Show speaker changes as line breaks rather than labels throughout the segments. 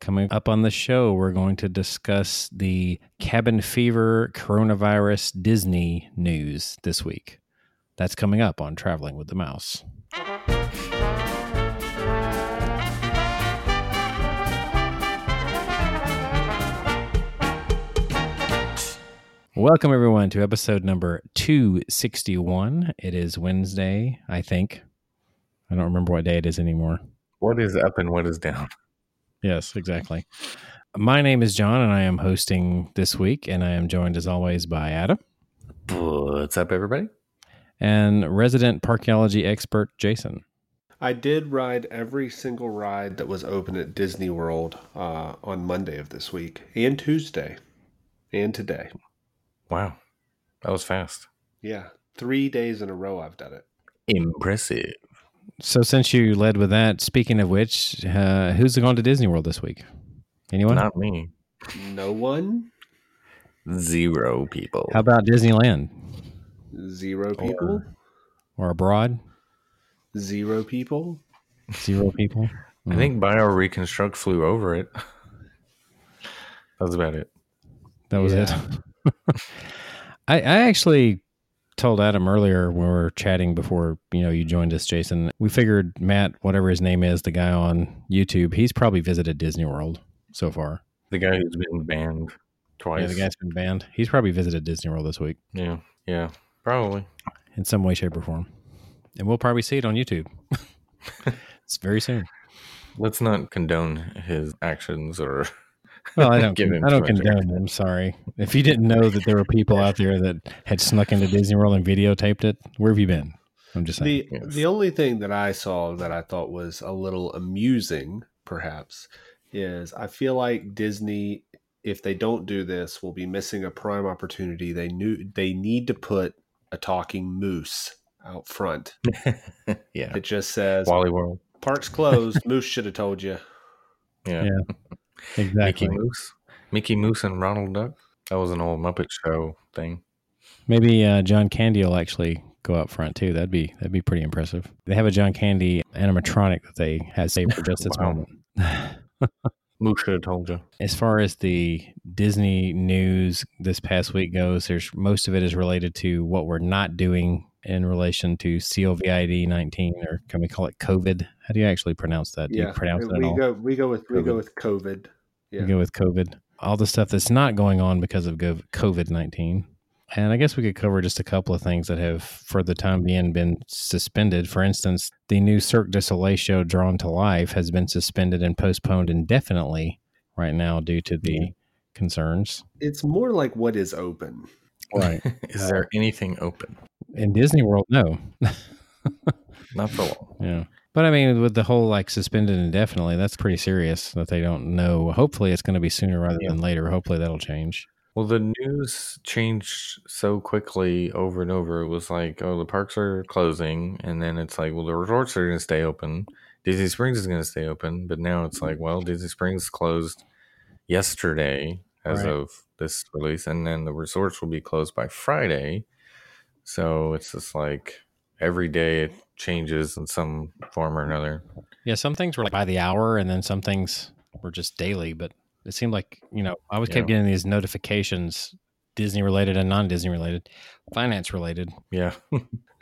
Coming up on the show, we're going to discuss the cabin fever coronavirus Disney news this week. That's coming up on Traveling with the Mouse. Welcome, everyone, to episode number 261. It is Wednesday, I think. I don't remember what day it is anymore.
What is up and what is down?
Yes, exactly. My name is John, and I am hosting this week, and I am joined as always by Adam
What's up, everybody?
and resident parkology expert Jason.
I did ride every single ride that was open at Disney World uh, on Monday of this week and Tuesday and today.
Wow. That was fast.
Yeah, three days in a row I've done it.
Impressive.
So, since you led with that, speaking of which, uh, who's going to Disney World this week? Anyone?
Not me.
No one,
Zero people.
How about Disneyland
zero people,
or abroad?
zero people.
Zero people.
I think Bio Reconstruct flew over it. that was about it.
That was it. I, I actually told Adam earlier when we were chatting before you know you joined us, Jason. We figured Matt, whatever his name is, the guy on YouTube, he's probably visited Disney World so far.
The guy who's been banned twice.
Yeah, the guy's been banned. He's probably visited Disney World this week
yeah. Yeah. Probably.
in some way, shape, or form, and we'll probably see it on YouTube. it's very soon.
Let's not condone his actions or
Well, I don't.
Give him
I don't
too much
condone them. Sorry. If you didn't know that there were people out there that had snuck into Disney World and videotaped it, where have you been? I'm just saying.
The the only thing that I saw that I thought was a little amusing, perhaps, is I feel like Disney, if they don't do this, will be missing a prime opportunity. They knew they need to put a talking moose out front.
yeah.
It just says
Wally World.
parks closed. moose should have told you.
Yeah.
Yeah,
Mickey
exactly.
Moose. Mickey Moose and Ronald Duck. That was an old Muppet Show thing.
Maybe uh, John Candy will actually go out front too. That'd be that'd be pretty impressive. They have a John Candy animatronic that they had saved for just this
Wow.
moment.
Moose should have told you.
As far as the Disney news this past week goes, there's most of it is related to what we're not doing in relation to COVID nineteen, or can we call it COVID? How do you actually pronounce that? Do you pronounce it at
we
all?
go we go with we
COVID.
go with COVID.
We
Yeah.
go with COVID. All the stuff that's not going on because of COVID 19. And I guess we could cover just a couple of things that have, for the time being, been suspended. For instance, the new Cirque du Soleil show, Drawn to Life, has been suspended and postponed indefinitely right now due to the concerns.
It's more like what is open.
Right.
Is there anything open?
In Disney World, no.
Not for long.
Yeah. But I mean, with the whole like suspended indefinitely, that's pretty serious that they don't know. Hopefully, it's going to be sooner rather
Yeah.
than later. Hopefully, that'll change.
Well, the news changed so quickly over and over. It was like, oh, the parks are closing, and then it's like, well, the resorts are going to stay open. Disney Springs is going to stay open, but now it's like, well, Disney Springs closed yesterday as
Right.
of this release, and then the resorts will be closed by Friday. So it's just like every day it changes in some form or another.
Yeah, some things were like by the hour, and then some things were just daily. But it seemed like you know I always kept
Yeah.
getting these notifications, Disney related and non Disney related, finance related.
Yeah.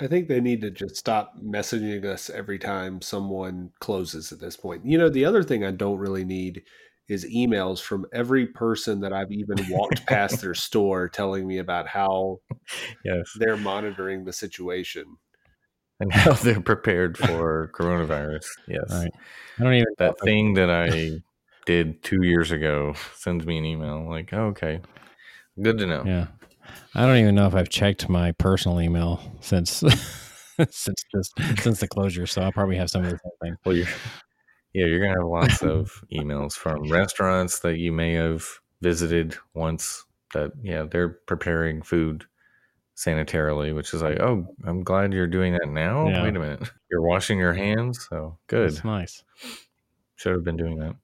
I think they need to just stop messaging us every time someone closes at this point. You know, the other thing I don't really need is emails from every person that I've even walked past their store telling me about how
Yes.
they're monitoring the situation.
And how they're prepared for coronavirus. Yes.
Right. I don't even
that thing that I did two years ago sends me an email like, oh, okay, good to know.
yeah, I don't even know if I've checked my personal email since since this since the closure. So I'll probably have some of the same thing.
Well, you're, yeah, you're gonna have lots of emails from restaurants that you may have visited once. That yeah, they're preparing food sanitarily, which is like, oh, I'm glad you're doing that now.
Yeah.
Wait a minute, you're washing your hands, so good.
It's nice.
Should have been doing that.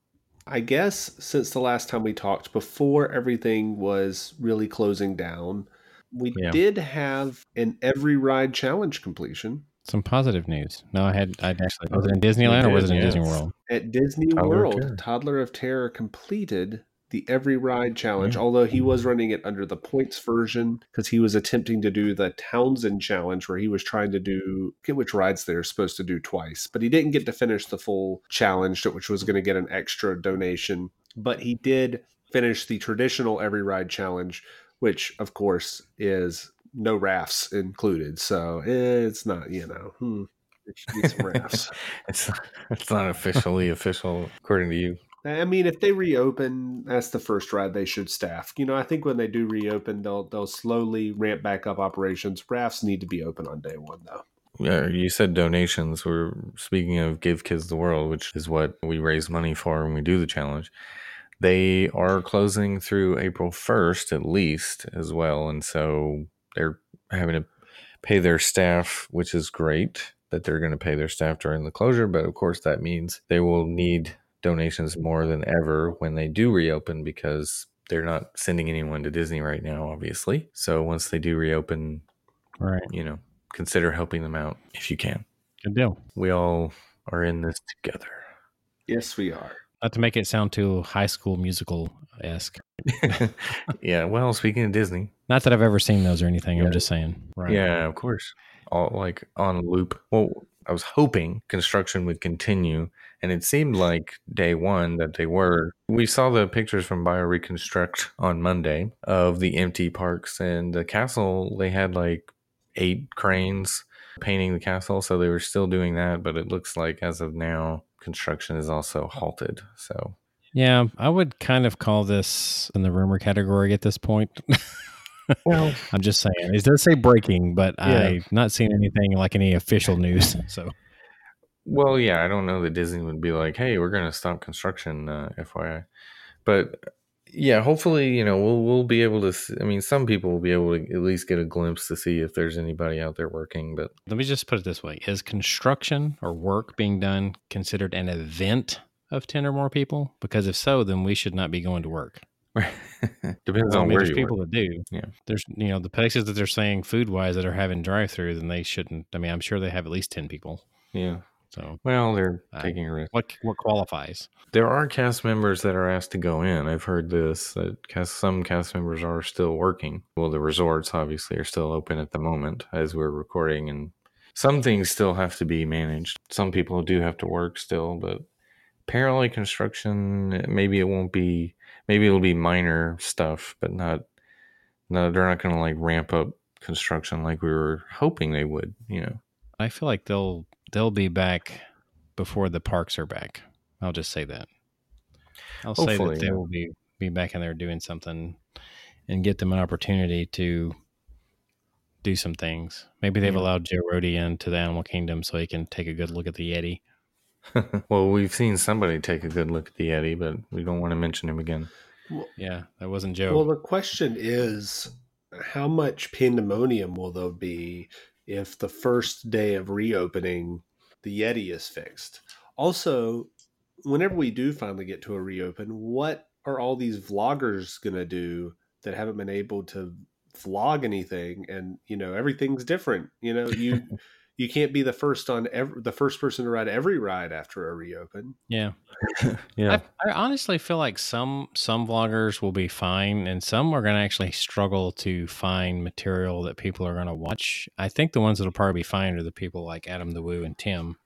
I guess since the last time we talked, before everything was really closing down, we
Yeah.
did have an every ride challenge completion.
Some positive news. No, I had I actually was it in Disneyland or
You
was it
did,
in Disney
yes.
World?
At Disney
Toddler of
World,
Terror.
Toddler of Terror completed the Every Ride Challenge,
Yeah. Mm-hmm.
although he was running it under the points version because he was attempting to do the Townsend Challenge where he was trying to do get which rides they're supposed to do twice, but he didn't get to finish the full challenge, which was going to get an extra donation. But he did finish the traditional Every Ride Challenge, which of course is no rafts included. So it's not, you know, hmm, it's rafts.
It's it's not officially official according to you.
I mean, if they reopen, that's the first ride they should staff. You know, I think when they do reopen, they'll they'll slowly ramp back up operations. Rafts need to be open on day one, though.
Yeah, you said donations. We're speaking of Give Kids the World, which is what we raise money for when we do the challenge. They are closing through April 1st at least as well. And so they're having to pay their staff, which is great that they're going to pay their staff during the closure. But of course, that means they will need donations more than ever when they do reopen because they're not sending anyone to Disney right now, obviously. So once they do reopen,
Right.
you know, consider helping them out if you can.
Good deal.
We all are in this together.
Yes, we are.
Not to make it sound too high school musical esque.
yeah. Well, speaking of Disney,
Not that I've ever seen those or anything.
Yeah.
I'm just saying. Right.
yeah, of course, all like on loop. Well, I was hoping construction would continue, and it seemed like day one that they were. We saw the pictures from Bio Reconstruct on Monday of the empty parks and the castle. They had like eight cranes painting the castle, so they were still doing that. But it looks like as of now, construction is also halted. So
Yeah. I would kind of call this in the rumor category at this point.
well.
I'm just saying. It does say breaking, but
Yeah.
I've not seen anything like any official news. So
Well, yeah, I don't know that Disney would be like, "Hey, we're going to stop construction," uh, FYI. But yeah, hopefully, you know, we'll we'll be able to. s I I mean, some people will be able to at least get a glimpse to see if there's anybody out there working. But
let me just put it this way Is construction or work being done considered an event of 10 or more people? Because if so, then we should not be going to work.
depends
Well, I
on
mean,
where
there's
you
people
work.
that do.
Yeah.
There's you know the places that they're saying food wise that are having drive through, then they shouldn't. I mean, I'm sure they have at least ten people.
Yeah.
So
Well, they're
Uh,
taking a risk.
what what qualifies?
There are cast members that are asked to go in. I've heard this that cast, some cast members are still working. Well, the resorts obviously are still open at the moment as we're recording, and some things still have to be managed. Some people do have to work still, but apparently construction maybe it won't be. Maybe it'll be minor stuff, but not. No, they're not going to like ramp up construction like we were hoping they would. You know,
I feel like they'll they'll be back before the parks are back. I'll just say that. I'll say
Hopefully,
that they
yeah.
will be be back in there doing something, and get them an opportunity to do some things. Maybe they've
Yeah.
allowed Joe Rody into the Animal Kingdom so he can take a good look at the Yeti.
well, we've seen somebody take a good look at the Yeti, but we don't want to mention him again.
Yeah, that wasn't Joe.
Well, the question is, how much pandemonium will there be if the first day of reopening the Yeti is fixed? Also, whenever we do finally get to a reopen, what are all these vloggers going to do that haven't been able to vlog anything and you know everything's different you know you you can't be the first on every, the first person to ride every ride after a reopen
yeah.
Yeah.
I, I honestly feel like some some vloggers will be fine, and some are going to actually struggle to find material that people are going to watch. I think the ones that'll probably be fine are the people like Adam the Woo and Tim.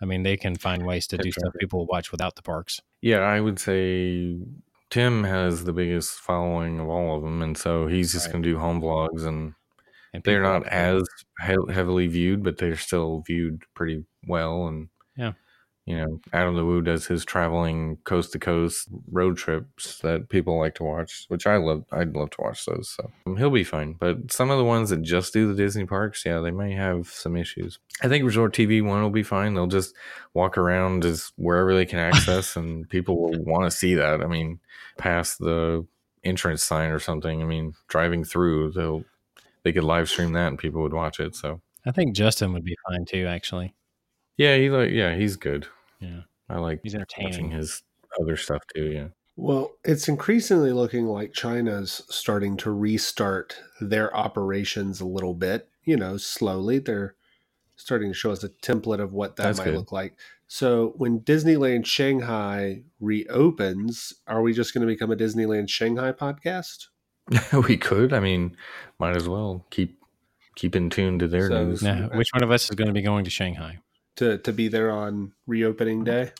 I mean, they can find ways to do
That's
stuff people will watch without the parks.
Yeah, I would say Tim has the biggest following of all of them, and so he's just
Right.
going to do home vlogs, and
And
they're
people-
not as he- heavily viewed, but they're still viewed pretty well. And
Yeah.
you know, Adam the Woo does his traveling coast to coast road trips that people like to watch, which I love. I'd love to watch those, so um, he'll be fine. But some of the ones that just do the Disney parks, yeah, they may have some issues. I think Resort TV one will be fine. They'll just walk around just wherever they can access, and people will want to see that. I mean, past the entrance sign or something. I mean, driving through, they'll they could live stream that and people would watch it. So
I think Justin would be fine too. Actually,
yeah, he like yeah, he's good.
yeah,
I like
he's
watching
entertaining.
his other stuff too. Yeah,
Well, it's increasingly looking like China's starting to restart their operations a little bit, you know, slowly. They're starting to show us a template of what that
That's
might
good.
look like. So when Disneyland Shanghai reopens, are we just going to become a Disneyland Shanghai podcast?
we could. I mean, might as well keep keep in tune to their
So-
news.
Now, which one of us is going to be going to Shanghai?
To, to be there on
Mm.
reopening day.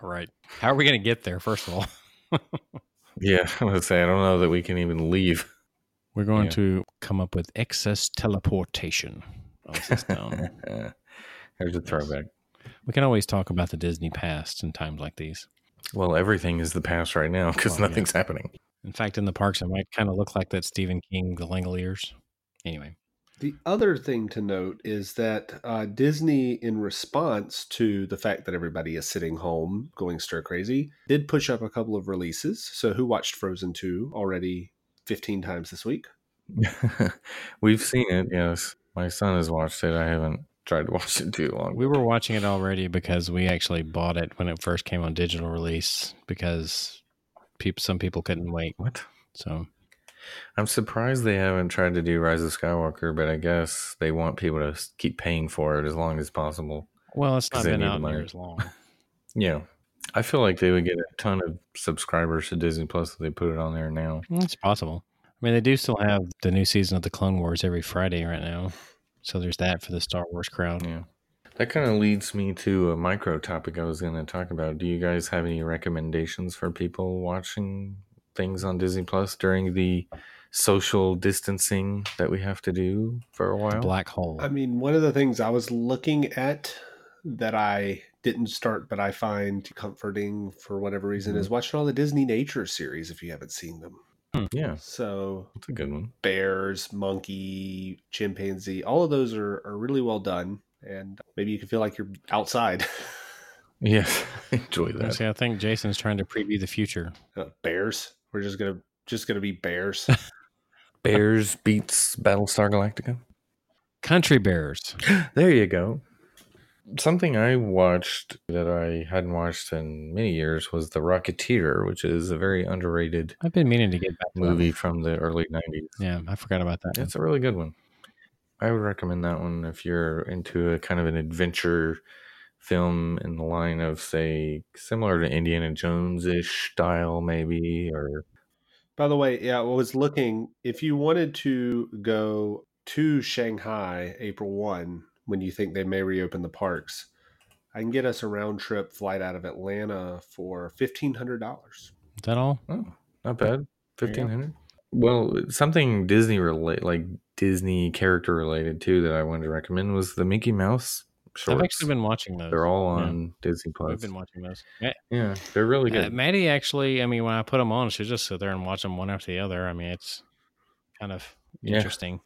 Right. How are we going to get there? First of all,
Yeah, I was gonna say I don't know that we can even leave.
we're going
Yeah.
to come up with excess teleportation. Oh, this is dumb.
There's a throwback.
we can always talk about the Disney past in times like these.
Well, everything is the past right now because
Well, yeah.
nothing's happening.
In fact, in the parks, it might kind of look like that Stephen King, The Langoliers. Anyway,
The other thing to note is that uh, Disney, in response to the fact that everybody is sitting home going stir crazy, did push up a couple of releases. So, who watched Frozen 2 already 15 times this week?
We've seen it. Yes, my son has watched it. I haven't tried to watch it too long.
we were watching it already because we actually bought it when it first came on digital release because peop some people couldn't wait.
What?
So
I'm surprised they haven't tried to do Rise of Skywalker, but I guess they want people to s- keep paying for it as long as possible.
Well, it's
'Cause
not
they
been
need the
out near
money.
as long.
Yeah. I feel like they would get a ton of subscribers to Disney Plus if they put it on there now.
Mm, it's possible. I mean, they do still have the new season of the Clone Wars every Friday right now, so there's that for the Star Wars crowd.
Yeah. That kind of leads me to a micro topic I was going to talk about. Do you guys have any recommendations for people watching things on Disney Plus during the social distancing that we have to do for a
The
while?
black hole.
I mean, one of the things I was looking at that I didn't start, but I find comforting for whatever reason, is watching all the Disney nature series if you haven't seen them.
yeah,
So,
that's a good one.
bears, monkey, chimpanzee, all of those are, are really well done. And maybe you can feel like you're outside.
Yes, enjoy
I
that.
See, I think Jason's trying to preview the future.
Uh, bears. We're just gonna just gonna be bears.
Bears beats Battlestar Galactica.
Country Bears.
There you go. Something I watched that I hadn't watched in many years was The Rocketeer, which is a very underrated
I've been meaning to get back to that.
movie from the early 90s.
Yeah, I forgot about that.
That's a really good one. I would recommend that one if you're into a kind of an adventure film in the line of, say, similar to Indiana Jones ish style, maybe, or
By the way, yeah, I was looking. If you wanted to go to Shanghai April one, when you think they may reopen the parks, I can get us a round trip flight out of Atlanta for fifteen hundred dollars.
Is that all?
Oh, not bad.
There you go.
Fifteen hundred. Well, something Disney related, like Disney character related too, that I wanted to recommend was the Mickey Mouse shorts.
I've actually been watching those.
they're all
yeah.
on Disney
We've
Plus.
been watching those. Ma-
yeah, they're really
uh,
good.
Maddie actually, I mean, when I put them on, she just sit there and watch them one after the other. I mean, it's kind of
yeah,
interesting.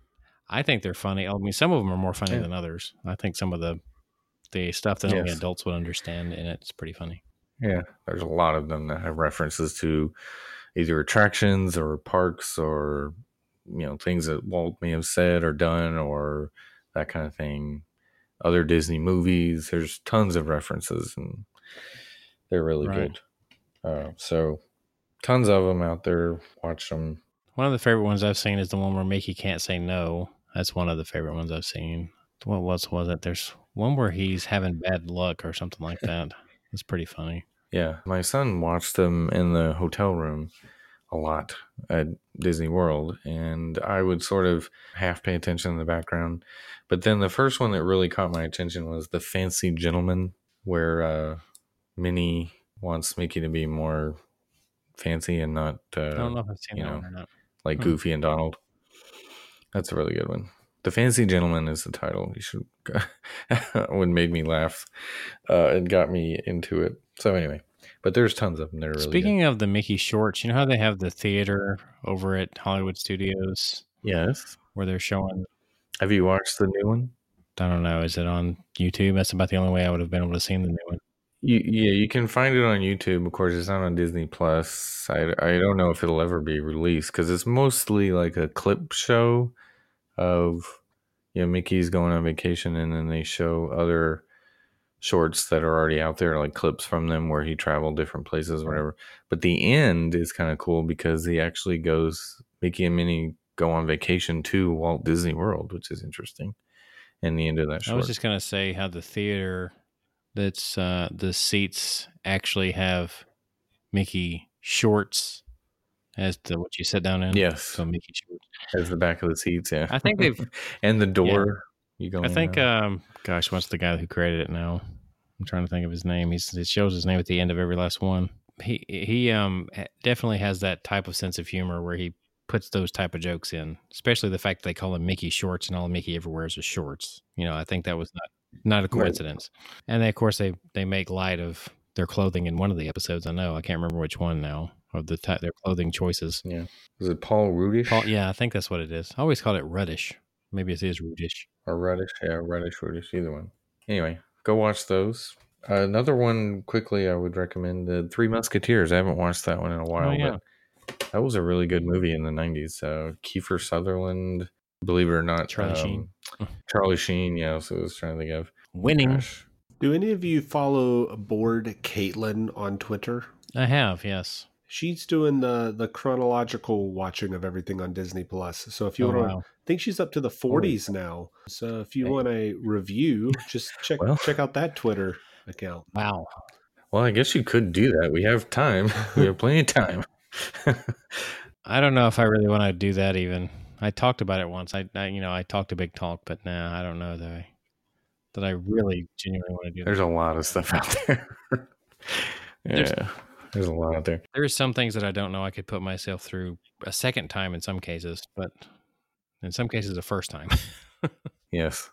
I think they're funny. I mean, some of them are more funny
Yeah.
than others. I think some of the the stuff that only
Yes.
adults would understand, and it's pretty funny.
yeah. There's a lot of them that have references to either attractions or parks or you know things that Walt may have said or done or that kind of thing. Other Disney movies. There's tons of references and they're really
Right.
good. Uh, so tons of them out there. Watch them.
One of the favorite ones I've seen is the one where Mickey can't say no. That's one of the favorite ones I've seen. What was was it? There's one where he's having bad luck or something like that. It's pretty funny.
Yeah, my son watched them in the hotel room a lot at Disney World, and I would sort of half pay attention in the background. But then the first one that really caught my attention was the Fancy Gentleman, where uh, Minnie wants Mickey to be more fancy and not
I don't
uh,
know if I've seen
you
that
know,
one or not.
like
Hmm.
Goofy and Donald. That's a really good one. The Fancy Gentleman is the title. You should. one made me laugh uh, and got me into it. So anyway, but there's tons of them. They're really
Speaking of the Mickey shorts, you know how they have the theater over at Hollywood Studios
good. yes.
where they're showing.
Have you watched the new one?
I don't know. Is it on YouTube? That's about the only way I would have been able to see the new one.
You, yeah, you can find it on YouTube. Of course, it's not on Disney Plus. I, I don't know if it'll ever be released because it's mostly like a clip show of you know Mickey's going on vacation, and then they show other shorts that are already out there, like clips from them where he traveled different places, whatever. But the end is kind of cool because he actually goes Mickey and Minnie go on vacation to Walt Disney World, which is interesting. in the end of that
I
short.
was just gonna say how the theater that's uh, the seats actually have Mickey shorts as to what you sit down in.
yes,
So Mickey shorts.
as the back of the seats. Yeah,
I think they've-
and the door. You go.
I
in
think.
and out.
Um, gosh, what's the guy who created it now? I'm trying to think of his name. He's, it shows his name at the end of every last one. He he um ha- definitely has that type of sense of humor where he puts those type of jokes in, especially the fact that they call him Mickey Shorts and all Mickey ever wears is shorts. You know, I think that was not not a coincidence. And they, of course, they they make light of their clothing in one of the episodes. I know I can't remember which one now of the ty- their clothing choices.
was it Paul Rudish
Paul, yeah, I think that's what it is. I always call it Ruddish. Maybe it is Rudish.
or Reddish? Yeah, Reddish, Rudish, either one. Anyway, go watch those. Uh, Another one quickly I would recommend the Three Musketeers. I haven't watched that one in a while,
Oh, yeah.
but that was a really good movie in the nineties. Uh, Kiefer Sutherland, believe it or not, um,
Charlie Sheen.
Charlie Sheen, yeah, so I was trying to think of
Winning.
Gosh.
Do any of you follow Board Caitlin on Twitter?
I have, yes.
She's doing the the chronological watching of everything on Disney Plus. So if you
Oh,
want, to, I
wow.
think she's up to the 40s now. So if you
Dang.
want a review, just check
Well.
check out that Twitter account.
Wow.
Well, I guess you could do that. We have time. We have plenty of time.
I don't know if I really want to do that even. I talked about it once. I, I you know, I talked a big talk, but now I don't know that I that I really genuinely want to do that.
There's a lot of stuff out there. yeah. There's a lot out there.
There's some things that I don't know I could put myself through a second time in some cases, but in some cases a first time.
Yes.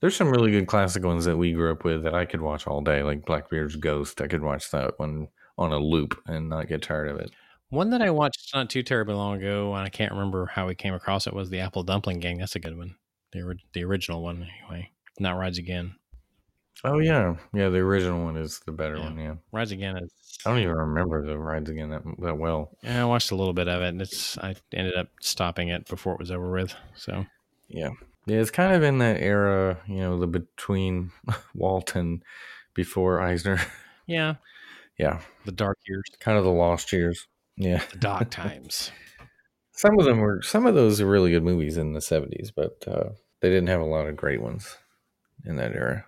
There's some really good classic ones that we grew up with that I could watch all day, like Blackbeard's Ghost. I could watch that one on a loop and not get tired of it.
one that I watched not too terribly long ago, and I can't remember how we came across it, was the Apple Dumpling Gang. That's a good one. The ori- the original one anyway. Not Rides Again.
Oh yeah. Yeah, the original one is the better
Yeah.
one, yeah.
Rides Again is
I don't even remember the rides again that, that well.
Yeah, I watched a little bit of it, and it's I ended up stopping it before it was over with. So
Yeah, it's kind of in that era, you know, the between Walton before Eisner.
yeah,
yeah.
the dark years,
Kind of the lost years. Yeah.
the dark times.
Some of them were some of those are really good movies in the seventies, but uh, they didn't have a lot of great ones in that era.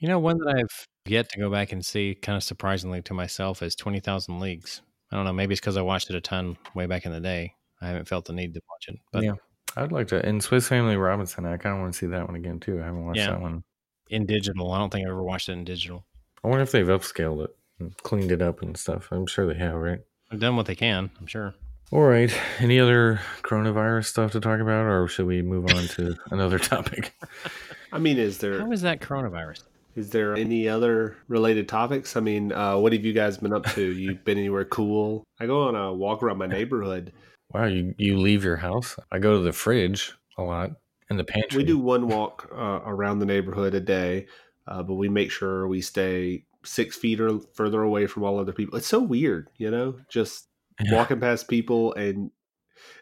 You know, one that I've yet to go back and see, kind of surprisingly to myself, is Twenty Thousand Leagues. I don't know, maybe it's because I watched it a ton way back in the day. I haven't felt the need to watch it, but
Yeah. I'd like to and Swiss Family Robinson, I kinda want to see that one again too. I haven't watched
Yeah.
that one.
in digital, I don't think I've ever watched it in digital.
I wonder if they've upscaled it and cleaned it up and stuff. I'm sure they have, right?
I've done what they can, I'm sure.
All right. Any other coronavirus stuff to talk about or should we move on to another topic?
I mean, is there
How is that coronavirus?
Is there any other related topics? I mean, uh, what have you guys been up to? You been anywhere cool? I go on a walk around my neighborhood.
Wow, you, you leave your house. I go to the fridge a lot and the pantry.
We do one walk uh, around the neighborhood a day, uh, but we make sure we stay six feet or further away from all other people. It's so weird, you know, just
Yeah.
walking past people and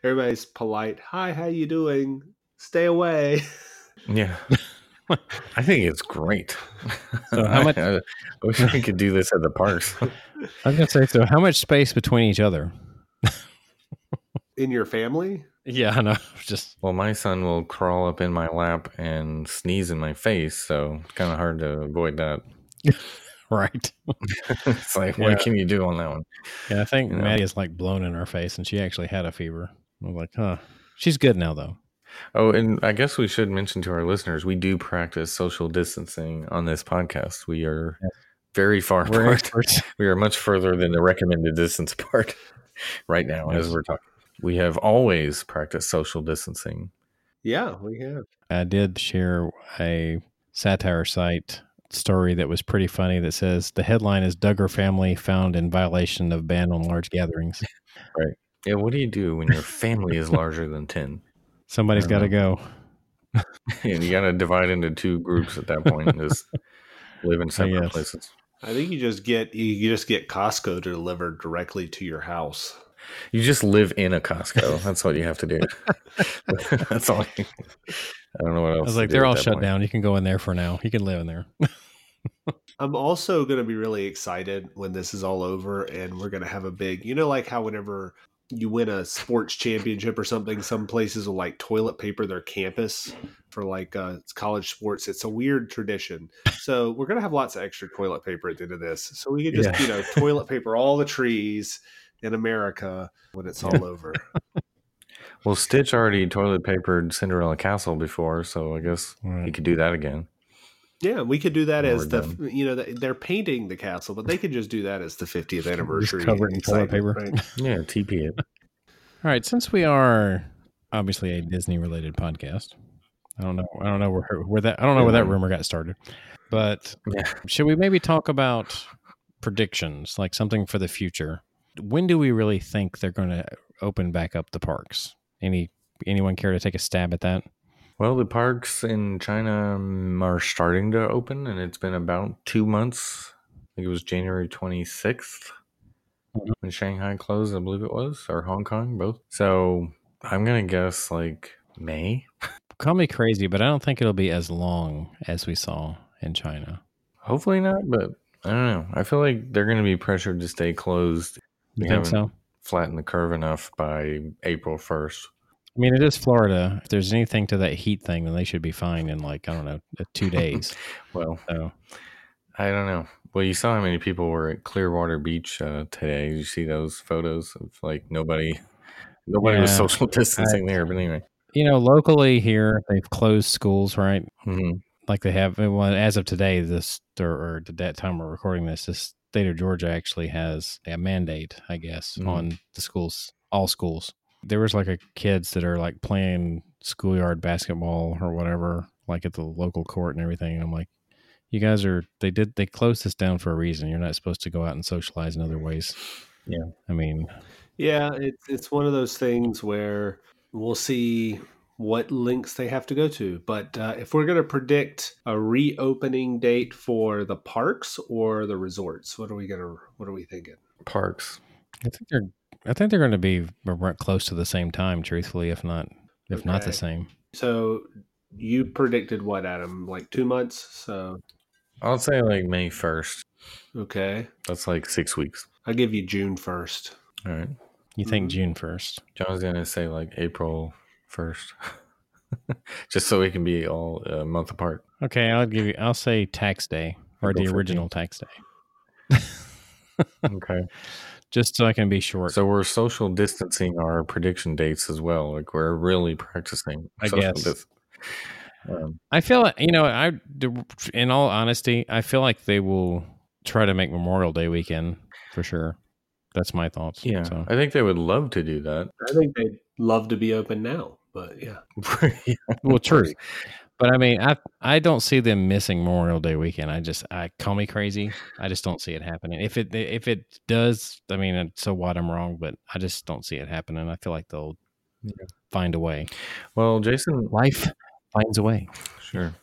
everybody's polite. Hi, how you doing? Stay away.
Yeah. I think it's great.
So how much-
I, wish we could do this at the parks.
I was gonna say, so how much space between each other?
In your family?
Yeah, I know. Just
Well, my son will crawl up in my lap and sneeze in my face, so it's kind of hard to avoid that.
right.
it's like, what
Yeah.
can you do on that one?
Yeah, I think
You know?
Maddie is like blown in her face, and she actually had a fever. I was like, huh. She's good now, though.
Oh, and I guess we should mention to our listeners we do practice social distancing on this podcast. We are
Yes.
very far
We're
apart.
experts.
We are much further than the recommended distance part right now as
Yes.
we're talking. We have always practiced social distancing.
Yeah, we have.
I did share a satire site story that was pretty funny that says the headline is Duggar family found in violation of ban on large gatherings.
Yeah, what do you do when your family is larger than 10?
Somebody's
I
got to
don't
go.
And you got to divide into two groups at that point and just live in separate
Yes.
places.
I think you just get you just get Costco delivered directly to your house.
You just live in a Costco. That's what you have to do. That's all. You, I don't know what else.
I was
to
like,
do
they're
at
all
that
shut
point.
down. You can go in there for now. You can live in there.
I'm also going to be really excited when this is all over and we're going to have a big, you know, like how whenever you win a sports championship or something, some places will like toilet paper their campus for like uh, college sports. It's a weird tradition. So we're gonna have lots of extra toilet paper at the end of this. So we could just
Yeah.
you know toilet paper all the trees in America when it's all over.
Well, Stitch already toilet papered Cinderella Castle before, so I guess he
Right.
could do that again.
Yeah, we could do that
Now
as
we're
the you know the, they're painting the castle, but they could just do that as the 50th anniversary.
cover it in toilet paper.
excitement,
Yeah, TP it.
All right, since we are obviously a Disney related podcast, I don't know, I don't know where, where that, I don't know where that
Mhm.
rumor got started, but
Yeah.
should we maybe talk about predictions, like something for the future? When do we really think they're going to open back up the parks? Any anyone care to take a stab at that?
Well, the parks in China um, are starting to open, and it's been about two months. I think it was January 26th
Mhm.
when Shanghai closed, I believe it was, or Hong Kong, both. So I'm going to guess like May.
Call me crazy, but I don't think it'll be as long as we saw in China.
Hopefully not, but I don't know. I feel like they're going to be pressured to stay closed,
You
We
think
haven't-
so?
flatten the curve enough by April 1st.
I mean, it is Florida. If there's anything to that heat thing, then they should be fine in like I don't know, two days.
Well,
so.
I don't know. Well, you saw how many people were at Clearwater Beach uh, today. Did you see those photos of like nobody, nobody was
Yeah.
social distancing there. But anyway,
you know, locally here they've closed schools, right?
Mhm.
Like they have well, as of today, this or, or at that time we're recording this, the state of Georgia actually has a mandate, I guess,
Mhm.
on the schools, all schools. There was like a kids that are like playing schoolyard basketball or whatever, like at the local court and everything. And I'm like, you guys are they did they closed this down for a reason. You're not supposed to go out and socialize in other ways.
Yeah.
I mean,
Yeah, it's it's one of those things where we'll see what links they have to go to. But uh, if we're going to predict a reopening date for the parks or the resorts, what are we going to what are we thinking?
parks.
I think they're I think they're going to be r- close to the same time, truthfully, if not if not the
Okay.
same.
So you predicted what, Adam? Like two months? So
I'll say like May 1st.
okay,
That's like six weeks.
I'll give you June first.
All right.
You think
Mm-hmm.
Mhm.
June first?
John's going to say like April 1st, just so we can be all a month apart.
Okay, I'll give you. I'll say tax day or
April
the original tax day,
Okay.
just so I can be short.
So we're social distancing our prediction dates as well. Like we're really practicing.
I
social
guess.
dis- um,
I feel like you know. I, in all honesty, I feel like they will try to make Memorial Day weekend for sure. That's my thoughts.
yeah.
So.
I think they would love to do that.
I think they'd love to be open now, but yeah.
Well, true. But I mean, I I don't see them missing Memorial Day weekend. I just I call me crazy. I just don't see it happening. If it if it does, I mean, and so what? I'm wrong, but I just don't see it happening. I feel like they'll
Yeah.
find a way.
Well, Jason,
Life finds a way.
sure.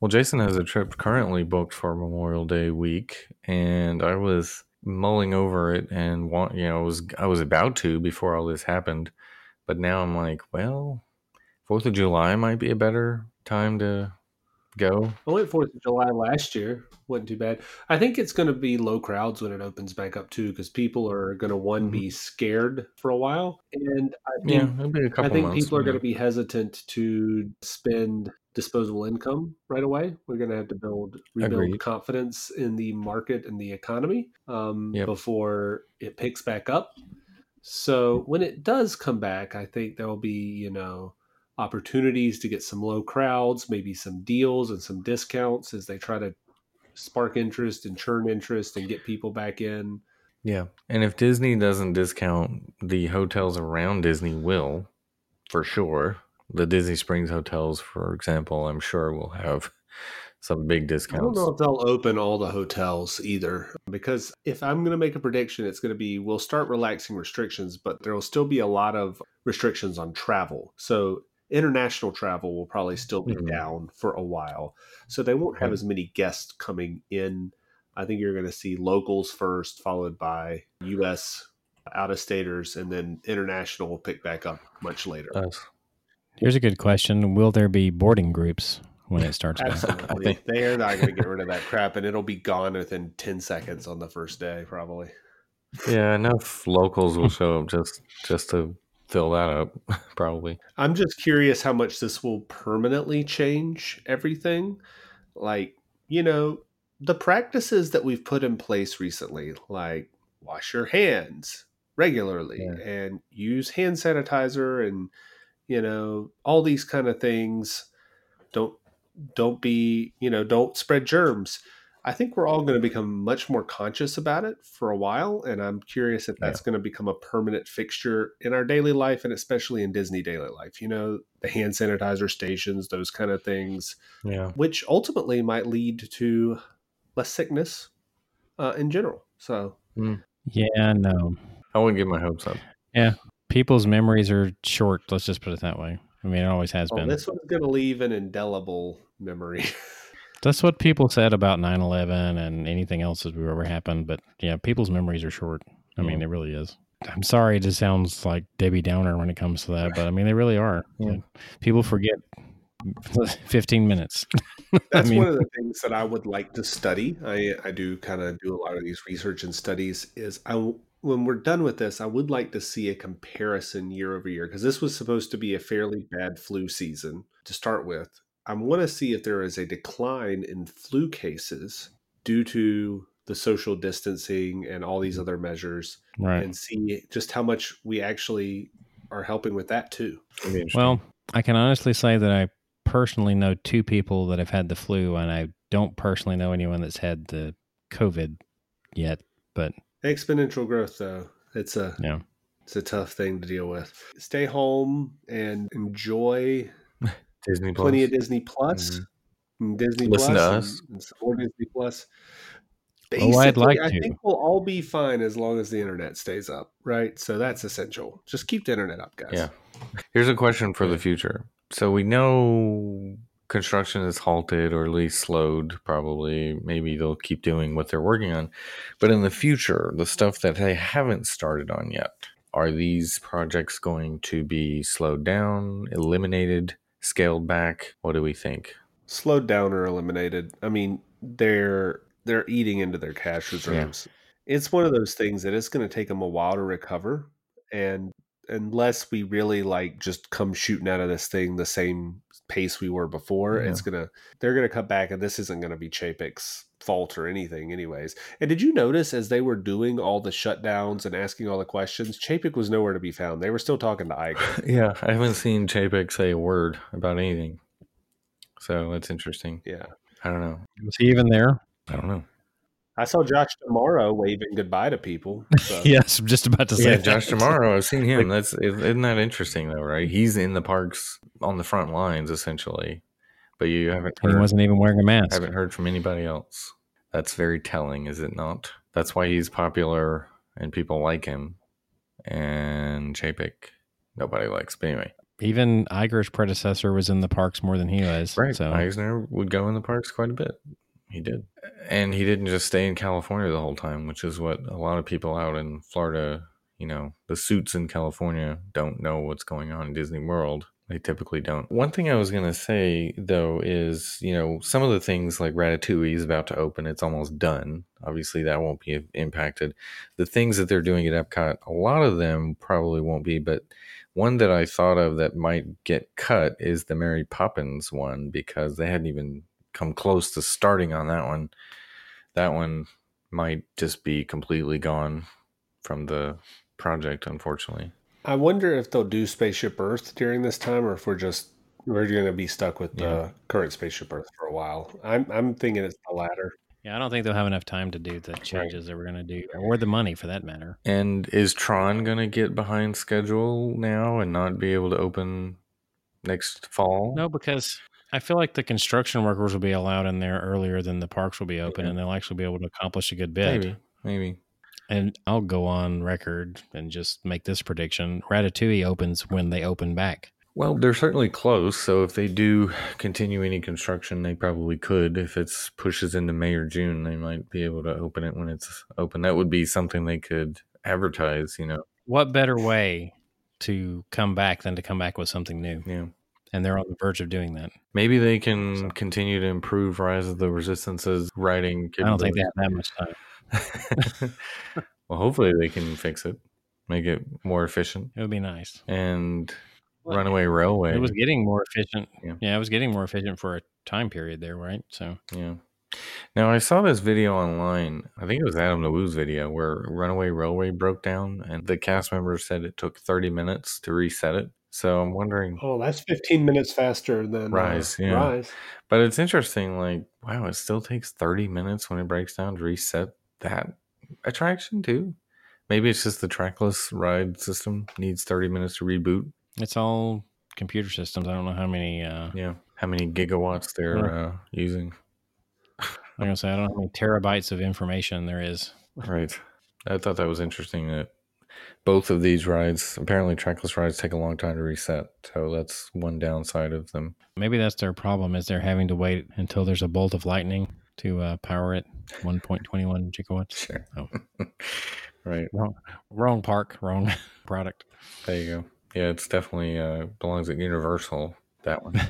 Well, Jason has a trip currently booked for Memorial Day week, and I was mulling over it and want, you know, I was I was about to before all this happened, but now I'm like, well, Fourth of July might be a better time to go.
I went Fourth of July last year. wasn't too bad. I think it's going to be low crowds when it opens back up too, because people are going to one
Mhm.
be scared for a while, and I
Yeah,
think
it'll be a couple.
I think
months,
people are
yeah.
going to be hesitant to spend disposable income right away. We're going to have to build rebuild
Agreed.
confidence in the market and the economy um,
Yep.
before it picks back up. So when it does come back, I think there will be you know opportunities to get some low crowds, maybe some deals and some discounts as they try to spark interest and churn interest and get people back in.
Yeah. And if Disney doesn't discount, the hotels around Disney will, for sure. The Disney Springs hotels, for example, I'm sure will have some big
I don't
discounts.
know if they'll open all the hotels either, because if I'm going to make a prediction, it's going to be we'll start relaxing restrictions, but there will still be a lot of restrictions on travel. So international travel will probably still be
Mhm.
down for a while. So they won't have
Right.
as many guests coming in. I think you're going to see locals first, followed by U.S. out of staters, and then international will pick back up much later.
Us.
Here's a good question: Will there be boarding groups when it starts? back?
Absolutely.
think-
they are not going to get rid of that crap, and it'll be gone within 10 seconds on the first day, probably.
Yeah, enough locals will show up just just to fill that up, probably.
I'm just curious how much this will permanently change everything. Like, you know, the practices that we've put in place recently, like wash your hands regularly
Yeah.
and use hand sanitizer and you know, all these kind of things. Don't don't be, you know, don't spread germs. I think we're all going to become much more conscious about it for a while, and I'm curious if that's going to become a permanent fixture in our daily life, and especially in Disney daily life. You know, the hand sanitizer stations, those kind of things,
Yeah.
which ultimately might lead to less sickness uh, in general. So,
Yeah, no.
I wouldn't get my hopes up.
People's memories are short. Let's just put it that way. I mean, it always has
well,
been.
this one's going to leave an indelible memory.
That's what people said about 9 11 and anything else that ever happened. But yeah, people's memories are short. I mean, it really is. I'm sorry, it just sounds like Debbie Downer when it comes to that, but I mean, they really are.
Yeah.
People forget 15 minutes.
That's
mean-
one of the things that I would like to study. I, I do kind of do a lot of these research and studies. Is I w- when we're done with this, I would like to see a comparison year over year because this was supposed to be a fairly bad flu season to start with. I want to see if there is a decline in flu cases due to the social distancing and all these other measures,
Mm-hmm. Right.
and see just how much we actually are helping with that too.
It'd be interesting.
Well, I can honestly say that I personally know two people that have had the flu, and I don't personally know anyone that's had the COVID yet. But
Exponential growth, though, it's a
Yeah.
it's a tough thing to deal with. Stay home and enjoy
Disney Plus.
plenty of Disney Plus,
Mhm.
and Disney
Listen to
Plus
us.
and, and some more Disney Plus. Basically,
Oh, I'd like
I
to.
think we'll all be fine as long as the internet stays up, right? So that's essential. Just keep the internet up, guys.
Yeah. Here's a question for the future. So we know construction is halted or at least slowed, probably. Maybe they'll keep doing what they're working on. But in the future, the stuff that they haven't started on yet, are these projects going to be slowed down, eliminated, scaled back? What do we think?
Slowed down or eliminated. I mean, they're they're eating into their cash reserves. It's one of those things that it's going to take them a while to recover, and unless we really like just come shooting out of this thing the same pace we were before,
Yeah.
it's gonna they're gonna cut back, and this isn't gonna be Chapek's fault or anything, anyways. And did you notice as they were doing all the shutdowns and asking all the questions, Chapek was nowhere to be found. They were still talking to Ike.
Yeah, I haven't seen JPEG say a word about anything. So that's interesting.
yeah,
I don't know.
was he even there?
I don't know.
I saw Josh tomorrow waving goodbye to people. So.
Yes, I'm just about to say
Yeah,
that.
Josh Tomorrow. I've seen him. That's isn't that interesting though, right? He's in the parks on the front lines essentially, but you haven't
And He
heard,
wasn't even wearing a mask.
haven't heard from anybody else. That's very telling, is it not? That's why he's popular and people like him. And Chapek, nobody likes. But anyway,
Even Iger's predecessor was in the parks more than he was.
right?
So
Eisner would go in the parks quite a bit. He did, and he didn't just stay in California the whole time, which is what a lot of people out in Florida you know, the suits in California don't know what's going on in Disney World. They typically don't. One thing I was going to say, though, is, you know, some of the things like Ratatouille is about to open, it's almost done. Obviously, that won't be impacted. The things that they're doing at Epcot, a lot of them probably won't be, but one that I thought of that might get cut is the Mary Poppins one because they hadn't even come close to starting on that one. That one might just be completely gone from the project, unfortunately.
I wonder if they'll do Spaceship Earth during this time, or if we're just we're going to be stuck with
Yeah.
the current Spaceship Earth for a while. I'm I'm thinking it's the latter.
yeah, I don't think they'll have enough time to do the changes that we're going to do, or the money for that matter.
And is Tron going to get behind schedule now and not be able to open next fall?
No, because I feel like the construction workers will be allowed in there earlier than the parks will be open,
Yeah.
and they'll actually be able to accomplish a good bit.
Maybe. Maybe.
and I'll go on record and just make this prediction: Ratatouille opens when they open back.
Well, they're certainly close. So if they do continue any construction, they probably could. If it pushes into May or June, they might be able to open it when it's open. That would be something they could advertise, you know.
What better way to come back than to come back with something new?
Yeah.
And they're on the verge of doing that.
Maybe they can continue to improve Rise of the Resistance's writing.
I don't think they have that much time.
capabilities. Well, hopefully they can fix it, make it more efficient.
It would be nice.
And
Well,
Runaway Railway.
It was getting more efficient.
Yeah.
Yeah. it was getting more efficient for a time period there, right? So
Yeah. Now I saw this video online. I think it was Adam LeWu's video where Runaway Railway broke down, and the cast member said it took 30 minutes to reset it. So I'm wondering.
Oh, that's 15 minutes faster than uh,
Rise, yeah.
Rise.
But it's interesting. Like, wow, it still takes 30 minutes when it breaks down to reset that attraction too. Maybe it's just the trackless ride system needs 30 minutes to reboot.
it's all computer systems. I don't know how many. Uh,
Yeah. How many gigawatts they're uh, using?
I'm gonna say I don't know how many terabytes of information there is.
Right. I thought that was interesting that both of these rides, apparently trackless rides, take a long time to reset. So that's one downside of them.
Maybe that's their problem is they're having to wait until there's a bolt of lightning to uh, power it. 1.21 gigawatts.
Sure.
Oh.
right.
Wrong park, wrong product.
There you go. Yeah, it's definitely uh, belongs at Universal, that one.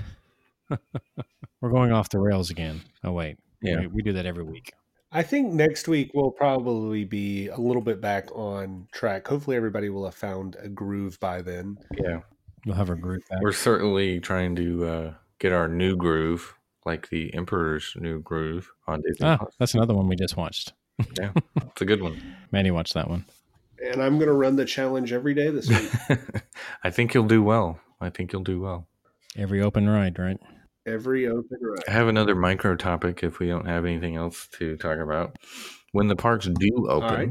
We're going off the rails again. Oh wait,
Yeah.
we, we do that every week.
I think next week we'll probably be a little bit back on track. Hopefully, everybody will have found a groove by then.
Yeah.
We'll have our group back.
We're certainly trying to uh, get our new groove, like the Emperor's new groove on Disney.
Ah,
Plus.
that's another one we just watched.
It's a good one.
Manny watched that one.
And I'm going to run the challenge every day this week.
I think you'll do well. I think you'll do well.
Every open ride, right?
every open
I
ride.
have another micro topic if we don't have anything else to talk about. When the parks do open
right.